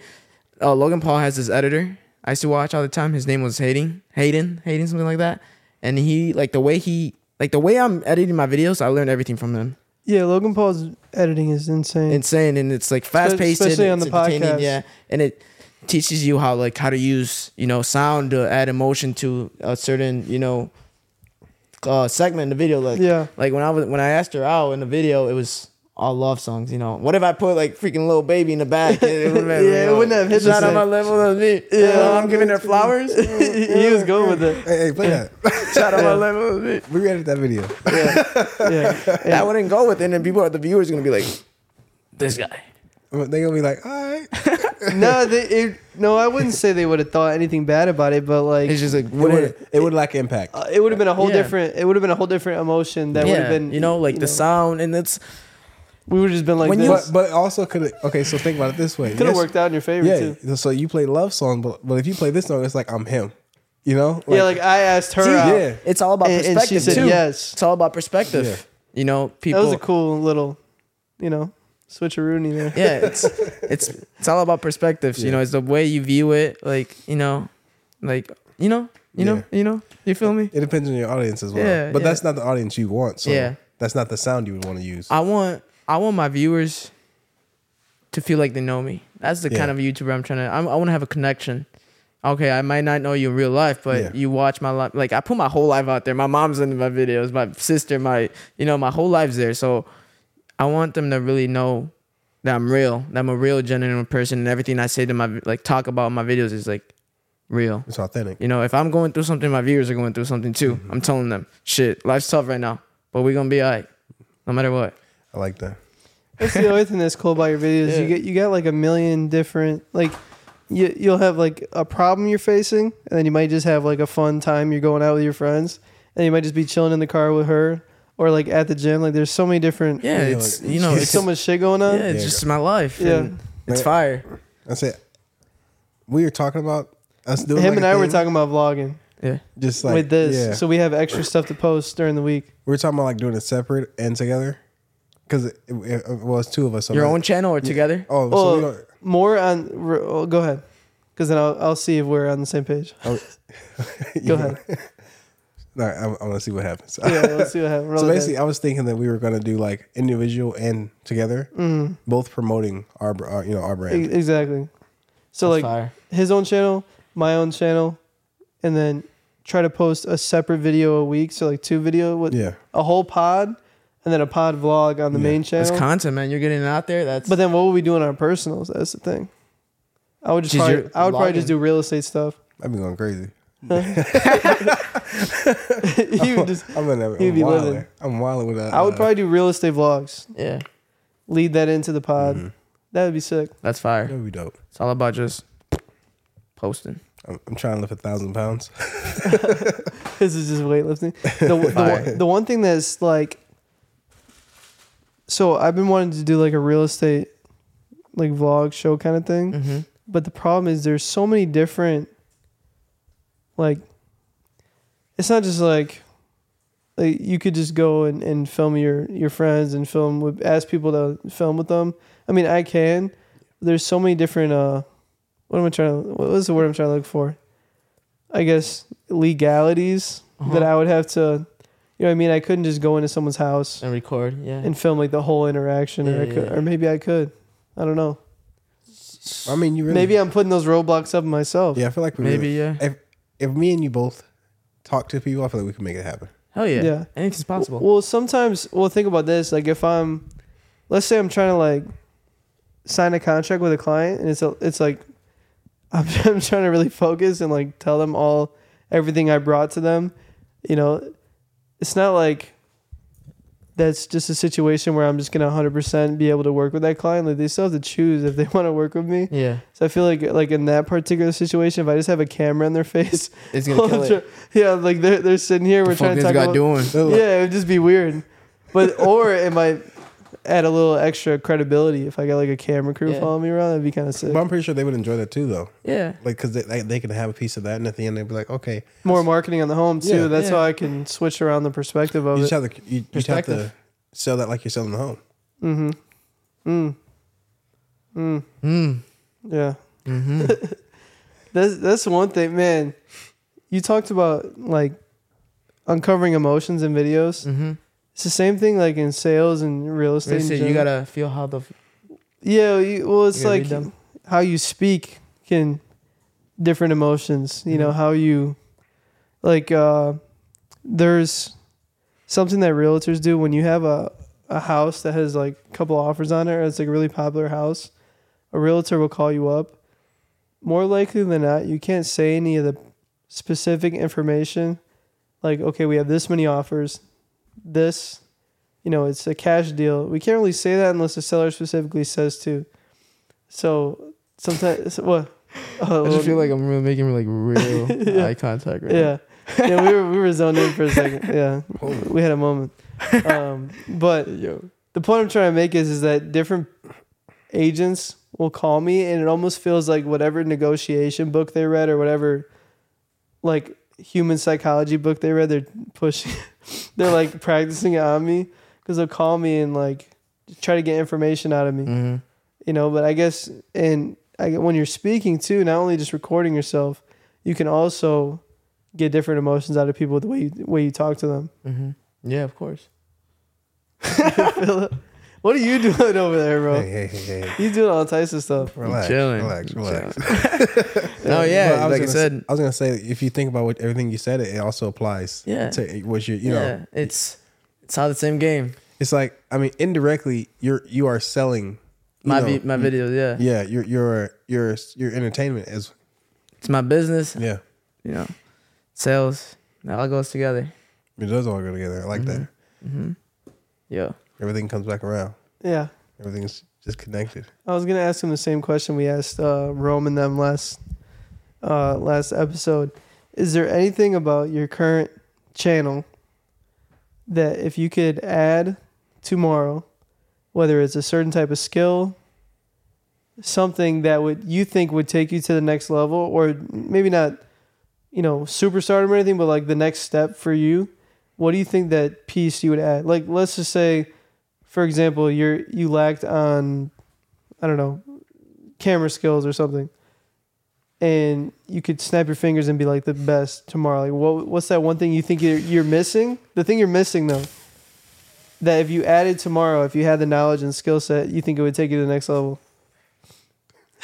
uh, Logan Paul has this editor I used to watch all the time. His name was Hayden, Hayden, Hayden, something like that. And he like the way he like the way I'm editing my videos. I learn everything from them.
yeah. Logan Paul's editing is insane.
Insane, and it's like fast paced,
Mm. especially on the podcast.
yeah, and it teaches you how like how to use you know sound to add emotion to a certain you know uh, segment in the video. Like
Yeah.
like when I was when I asked her out in the video, it was all love songs. You know, what if I put like freaking little baby in the back? It would've been,
Yeah,
you
it
know,
wouldn't have hit
She's not
the
on my
same.
level as me. Yeah, I'm giving her flowers.
he was going with it.
Hey, hey, play that.
Shot on my level as me.
We edit that video.
Yeah,
That wouldn't go with it. And then people, the viewers, are gonna be like, this guy.
They're gonna be like, all right.
no, they, it, no. I wouldn't say they would have thought anything bad about it, but like.
It's just like
It
what
would, it would lack impact.
uh, it would have been a whole
Yeah.
different. It would have been a whole different emotion that would have been.
you know, like the
know,
sound, and it's
We would have just been like,
When you-
this.
but, but it also could okay. So think about it this way.
could have
Yes-
worked out in your favor
Yeah.
too.
So you play love song, but but if you play this song, it's like I'm him. You know.
yeah, like I asked her
See,
out.
yeah.
it's all about
And-
perspective
and she said
too.
yes.
It's all about perspective.
Yeah.
You know,
That
people.
was a cool little, you know, switcheroonie there.
yeah, it's it's it's all about perspectives. You
Yeah.
know, it's the way you view it. Like you know, like you know, you know, you know. You feel me?
It depends on your audience as well.
Yeah,
but
yeah.
that's not the audience you want. So
Yeah.
that's not the sound you would want to use.
I want I want my viewers to feel like they know me. That's the
Yeah.
kind of YouTuber I'm trying to. I'm, I want to have a connection. Okay, I might not know you in real life, but
Yeah.
you watch my life. Like I put my whole life out there. My mom's in my videos. My sister, my you know, my whole life's there. So I want them to really know that I'm real, that I'm a real genuine person, and everything I say to my like talk about in my videos is like real.
It's authentic.
You know, if I'm going through something, my viewers are going through something too.
Mm-hmm.
I'm telling them, shit, life's tough right now, but we're gonna be alright, no matter what.
I like that.
That's the other thing that's cool about your videos.
Yeah.
You get you got like a million different like you you'll have like a problem you're facing, and then you might just have like a fun time. You're going out with your friends, and you might just be chilling in the car with her, or like at the gym. Like there's so many different.
Yeah,
Yeah,
it's
like-
you know,
There's
it's
so much shit going
yeah,
on.
it's
Yeah.
just my life.
Yeah.
and it's fire.
Like- I said we were talking about us doing.
Him
like
and
a
I were
thing,
talking about vlogging
Yeah,
just like
with this,
Yeah.
so we have extra stuff to post during the week.
we were talking about like doing it separate and together because it, it, it was two of us. So
your
like-
own channel or together.
Oh, so
Well,
we don't,
more on. r- oh, go ahead, because then I'll I'll see if we're on the same page. Go ahead.
No, I'm, I'm gonna see what happens.
Yeah, let's see what happens.
so basically, I was thinking that we were gonna do like individual and together,
Mm-hmm.
both promoting our, br- our you know our brand.
E- exactly. So
That's
like
fire.
his own channel, my own channel, and then try to post a separate video a week. So like two video with
Yeah.
a whole pod, and then a pod vlog on the
Yeah.
main
That's
channel.
content, man. You're getting it out there. That's
but then what would we do on our personals? That's the thing. I would just
Just
probably,
your
I would probably just
vlogging.
do real estate stuff.
I'd be going crazy.
you would just,
I'm gonna
You'd
I'm
be
wilding.
living.
I'm wilding with that. uh,
I would probably do real estate vlogs.
yeah,
Lead that into the pod. That would be sick.
that's fire.
That'd be dope.
It's all about just posting.
I'm, I'm trying to lift a thousand pounds.
this is just weightlifting. The, the, one- the one thing that's like, so I've been wanting to do like a real estate, like vlog show kind of thing,
Mm-hmm.
but the problem is there's so many different, like, it's not just like, like you could just go and, and film your your friends and film with ask people to film with them. I mean, I can. There's so many different. uh What am I trying to? What was the word I'm trying to look for? I guess legalities
Uh-huh.
that I would have to. You know, what I mean, I couldn't just go into someone's house
And record. Yeah.
and film like the whole interaction, or I
Yeah,
could,
yeah.
or maybe I could. I don't know.
I mean, you really
Maybe I'm putting those roadblocks up myself.
yeah. I feel like we
Maybe
really-
yeah.
if if me and you both talk to people, I feel like we can make it happen.
Hell yeah.
Yeah.
Anything's possible.
Well, sometimes, well, think about this. Like, if I'm, let's say I'm trying to like sign a contract with a client, and it's a, it's like, I'm, I'm trying to really focus and like tell them all everything I brought to them. You know, it's not like that's just a situation where I'm just gonna 100% be able to work with that client. Like, they still have to choose if they want to work with me.
yeah.
So I feel like, like in that particular situation, if I just have a camera in their face,
It's gonna kill it.
yeah, like they're they're sitting here, we're
The fuck
trying to
this
talk
guy
about
doing?
They're like,
yeah, it would just be weird. But or it might add a little extra credibility if I got like a camera crew
Yeah.
following me around. That'd be kind of sick.
But I'm pretty sure they would enjoy that too, though.
Yeah.
Like, cause they, they they can have a piece of that, and at the end they'd be like, okay,
More marketing on the home too.
Yeah.
That's
Yeah.
how I can switch around the perspective
you
of
just
it.
have to you, you just have to
Perspective.
sell that like you're selling the home.
Mm-hmm. Mm. Mm.
Mm.
Yeah.
Mm-hmm.
That's that's one thing, man. You talked about like uncovering emotions in videos.
mm-hmm.
It's the same thing like in sales and real estate. in
you
general.
gotta feel how the f-
Yeah, you, well, it's
gotta
like
read them.
how you speak can different emotions. You know how you like. Uh, there's something that realtors do when you have a a house that has like a couple offers on it, or it's like a really popular house. A realtor will call you up. More likely than not, you can't say any of the specific information, like okay, we have this many offers, this you know, it's a cash deal. We can't really say that unless the seller specifically says to. So sometimes what? Oh,
I just feel
well,
like I'm really making like real eye contact right
yeah, yeah. We were we were zoned in for a second. Yeah, we had a moment. Um, but
now. Yo.
the point I'm trying to make is is that different agents will call me, and it almost feels like whatever negotiation book they read or whatever, like human psychology book they read, they're pushing, they're like practicing it on me because they'll call me and like try to get information out of me
Mm-hmm.
you know but i guess and I, when you're speaking too not only just recording yourself you can also get different emotions out of people with the way you, way you talk to them
Mm-hmm. Yeah, of course.
Philip, what are you doing over there bro
Hey, hey, hey, hey.
you doing all types of stuff
Relax,
chilling.
relax, relax.
No,
But
Oh, yeah,
was
like I
gonna
said,
s- I was gonna say if you think about what everything you said, it also applies.
Yeah.
To what you, you
yeah,
know,
it's it's all the same game.
it's like I mean, indirectly, you're you are selling
my
know,
vi- my videos. Yeah.
yeah, your your your your entertainment is
it's my business.
yeah.
You know, sales. It all goes together.
It does all go together. I like that.
Mm-hmm. Yeah.
Everything comes back around.
Yeah.
Everything's just connected.
I was gonna ask him the same question we asked uh, Rome and them last uh, last episode. Is there anything about your current channel that if you could add tomorrow, whether it's a certain type of skill, something that would you think would take you to the next level, or maybe not, you know, superstardom or anything, but like the next step for you? What do you think that piece you would add? Like, let's just say, for example, you're you lacked on I don't know, camera skills or something, and you could snap your fingers and be like the best tomorrow. Like, what, what's that one thing you think you're, you're missing? The thing you're missing though, that if you added tomorrow, if you had the knowledge and skill set, you think it would take you to the next level.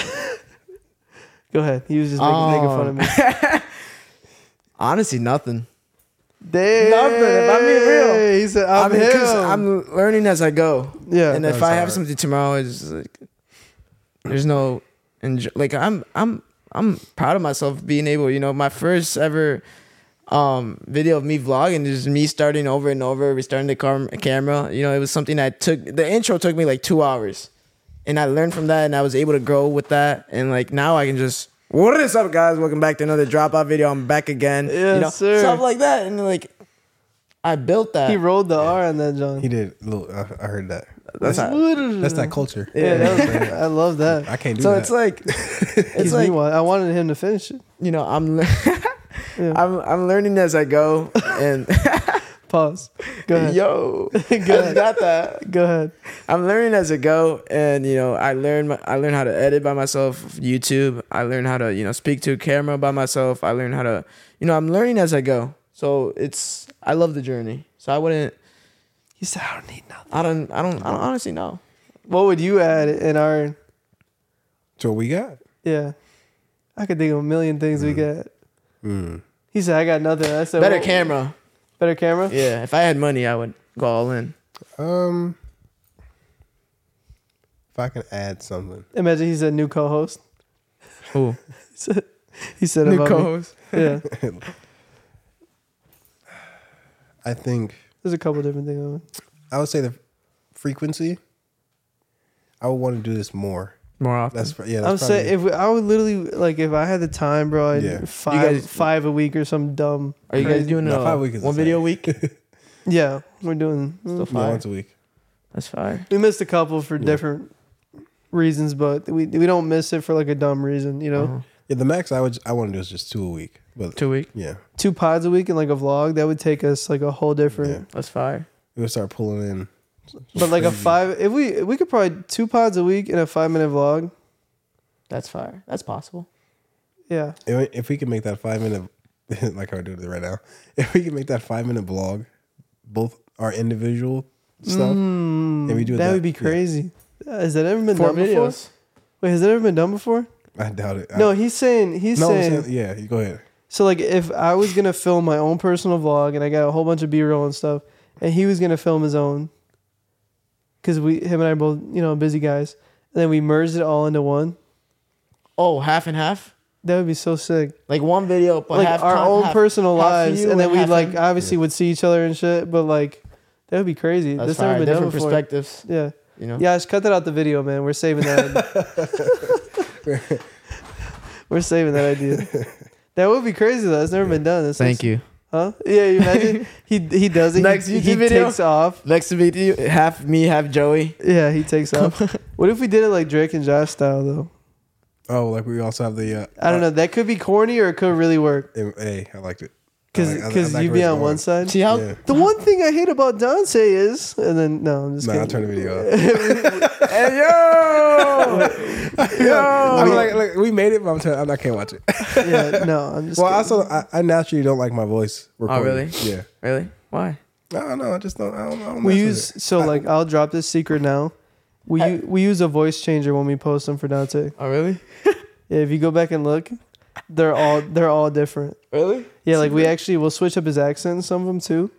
Go ahead. He was just making, making fun of me.
Honestly, nothing.
Damn.
Nothing, if I'm being real.
He said,
I
"I'm
mean, 'cause
him."
I'm learning as I go.
yeah.
and if
That's
I have
hard.
something tomorrow, it's just like there's no enjoy- like I'm I'm I'm proud of myself being able. You know, my first ever um video of me vlogging is me starting over and over, restarting the car- camera. You know, it was something that took the intro took me like two hours, and I learned from that, and I was able to grow with that, and like now I can just. What is up, guys? Welcome back to another dropout video. I'm back again.
Yes, sir.
stuff like that, and like, I built that.
he rolled the R on that, John.
He did. Look, I, I heard that.
That's
That's
how-
that's that culture.
yeah, that was, I love that.
I can't do
so
that.
it's like, it's
Gives me
like
one. I wanted him to finish it.
you know, I'm I'm I'm learning as I go, and
Pause. Go ahead.
yo, I
ahead.
got that.
Go ahead.
I'm learning as I go, and you know, I learn my- I learn how to edit by myself, YouTube. I learn how to you know speak to a camera by myself. I learn how to you know I'm learning as I go. So it's I love the journey. So I wouldn't.
He said, I don't need nothing.
I don't. I don't. I don't honestly know.
What would you add in our.
so we got.
Yeah. I could think of a million things we got.
Mm.
He said, I got nothing. I said,
Better
"Well,
camera.
Better camera?
Yeah. If I had money, I would go all in.
Um, if I can add something,
Imagine he's a new co host.
Ooh.
He said,
New
about me.
co-host.
Yeah.
I think
There's a couple different things.
I would say the frequency. I would want to do this more.
More often.
That's yeah. That's
I'm
probably-
saying, if we, I would literally, like, if I had the time, bro, I'd
Yeah. You
five,
guys-
five a week or some dumb.
Are you guys
crazy-
doing
No,
a
five weeks is
one
the same.
video a week?
Yeah. We're doing.
Still
yeah,
fire.
once a week.
That's fire.
We missed a couple for
Yeah.
different reasons, but we, we don't miss it for like a dumb reason, you know?
Uh-huh.
Yeah, the max I would I want to do is just two a week. But
Two week.
yeah,
two pods a week and like a vlog that would take us like a whole
Yeah.
different
That's fire.
we would start pulling in.
but like a
Crazy.
five if we we could probably two pods a week and a five minute vlog
That's fire. That's possible.
yeah
If we- If we can make that five minute, like I'm doing it right now, if we can make that five minute vlog, both our individual stuff,
Mm,
Yeah, we do
that,
that.
would be
Yeah.
crazy has that ever been done before wait has that ever been done before
I doubt it.
no
I,
he's saying he's
Uh, no, I'm
saying
saying- yeah. you Go ahead.
so like if i was gonna film my own personal vlog and i got a whole bunch of b-roll and stuff and he was gonna film his own because we him and i are both you know busy guys and then we merged it all into one
Oh, half and half.
that would be so sick
Like one video, but
like
half
our
con-
own
half-
personal
half for
lives,
you
and then we
half
like
him.
obviously would see each other and shit. But like that would be crazy.
That's
That's
fire.
never been done
different
before.
perspectives.
Yeah,
You know.
yeah. Just cut that out the video, man. We're saving that. We're saving that idea. That would be crazy though. It's never been done. It's
Thank you.
Huh? Yeah, you imagine he he does it.
Next
he,
YouTube
he
video.
takes off.
Next video, half me, half Joey.
Yeah, he takes off. what if we did it like Drake and Josh style though?
Oh, like we also have the. Uh,
I don't know. That could be corny or it could really work
know. Hey, I liked it. I
because
like- I like- I
because
like
you'd
where
be
it's
on one
going.
side.
See how?
Yeah.
The one thing I hate about Dante is, and then no, I'm just
Nah, I'll
kidding.
turn the video off.
Hey yo,
I'm
yo.
like, like, we made it, but I'm telling, I can't watch it.
yeah, no, I'm just
well,
kidding.
also, I, I naturally don't like my voice. Recording.
really?
Yeah.
really? Why?
I don't know. I just don't. I don't, I don't
we
mess with
use
it.
so like I'll drop this secret now. We
Hey.
u- we use a voice changer when we post them for Dante.
Oh really?
Yeah, if you go back and look, they're all they're all different.
Really?
Yeah, like we actually will switch up his accent some of them too.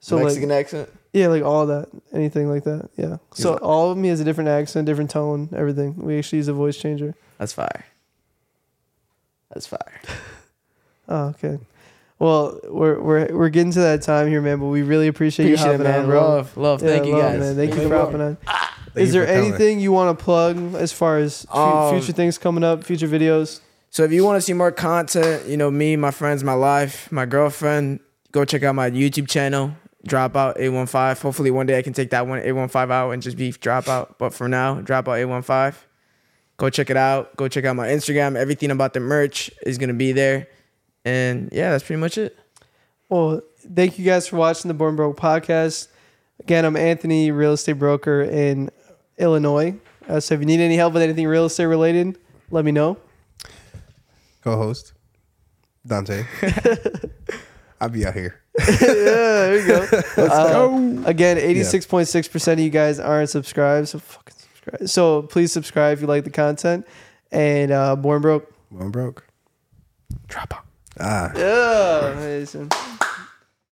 So
Mexican
like
accent.
Yeah, like all that, anything like that. Yeah. So all of me has a different accent, different tone, everything. We actually use a voice changer.
That's fire. That's fire.
Oh, okay. Well, we're we're we're getting to that time here, man. But we really appreciate, you
Appreciate it,
hopping
man.
on, bro.
Love, love.
Yeah,
Thank you
love,
guys.
man. Thank you
Thank
for
you.
hopping on.
Thank
Is
you
there
for coming.
anything you want to plug as far as fu-
Um,
future things coming up, future videos?
So if you want to see more content, you know, me, my friends, my life, my girlfriend, go check out my YouTube channel, Dropout 815. Hopefully one day I can take that one 815 out and just be Dropout. But for now, Dropout 815. Go check it out. Go check out my Instagram. Everything about the merch is going to be there. And yeah, that's pretty much it.
Well, thank you guys for watching the Born Broke podcast. Again, I'm Anthony, real estate broker in Illinois. Uh, so if you need any help with anything real estate related, let me know.
Co-host Dante. I'll be out here.
yeah, there you go. Uh, Again, 86.6% of you guys aren't subscribed, so fucking subscribe. So please subscribe if you like the content. And uh, Born Broke.
Well, I'm broke.
Dropout.
Ah.
Yeah. amazing.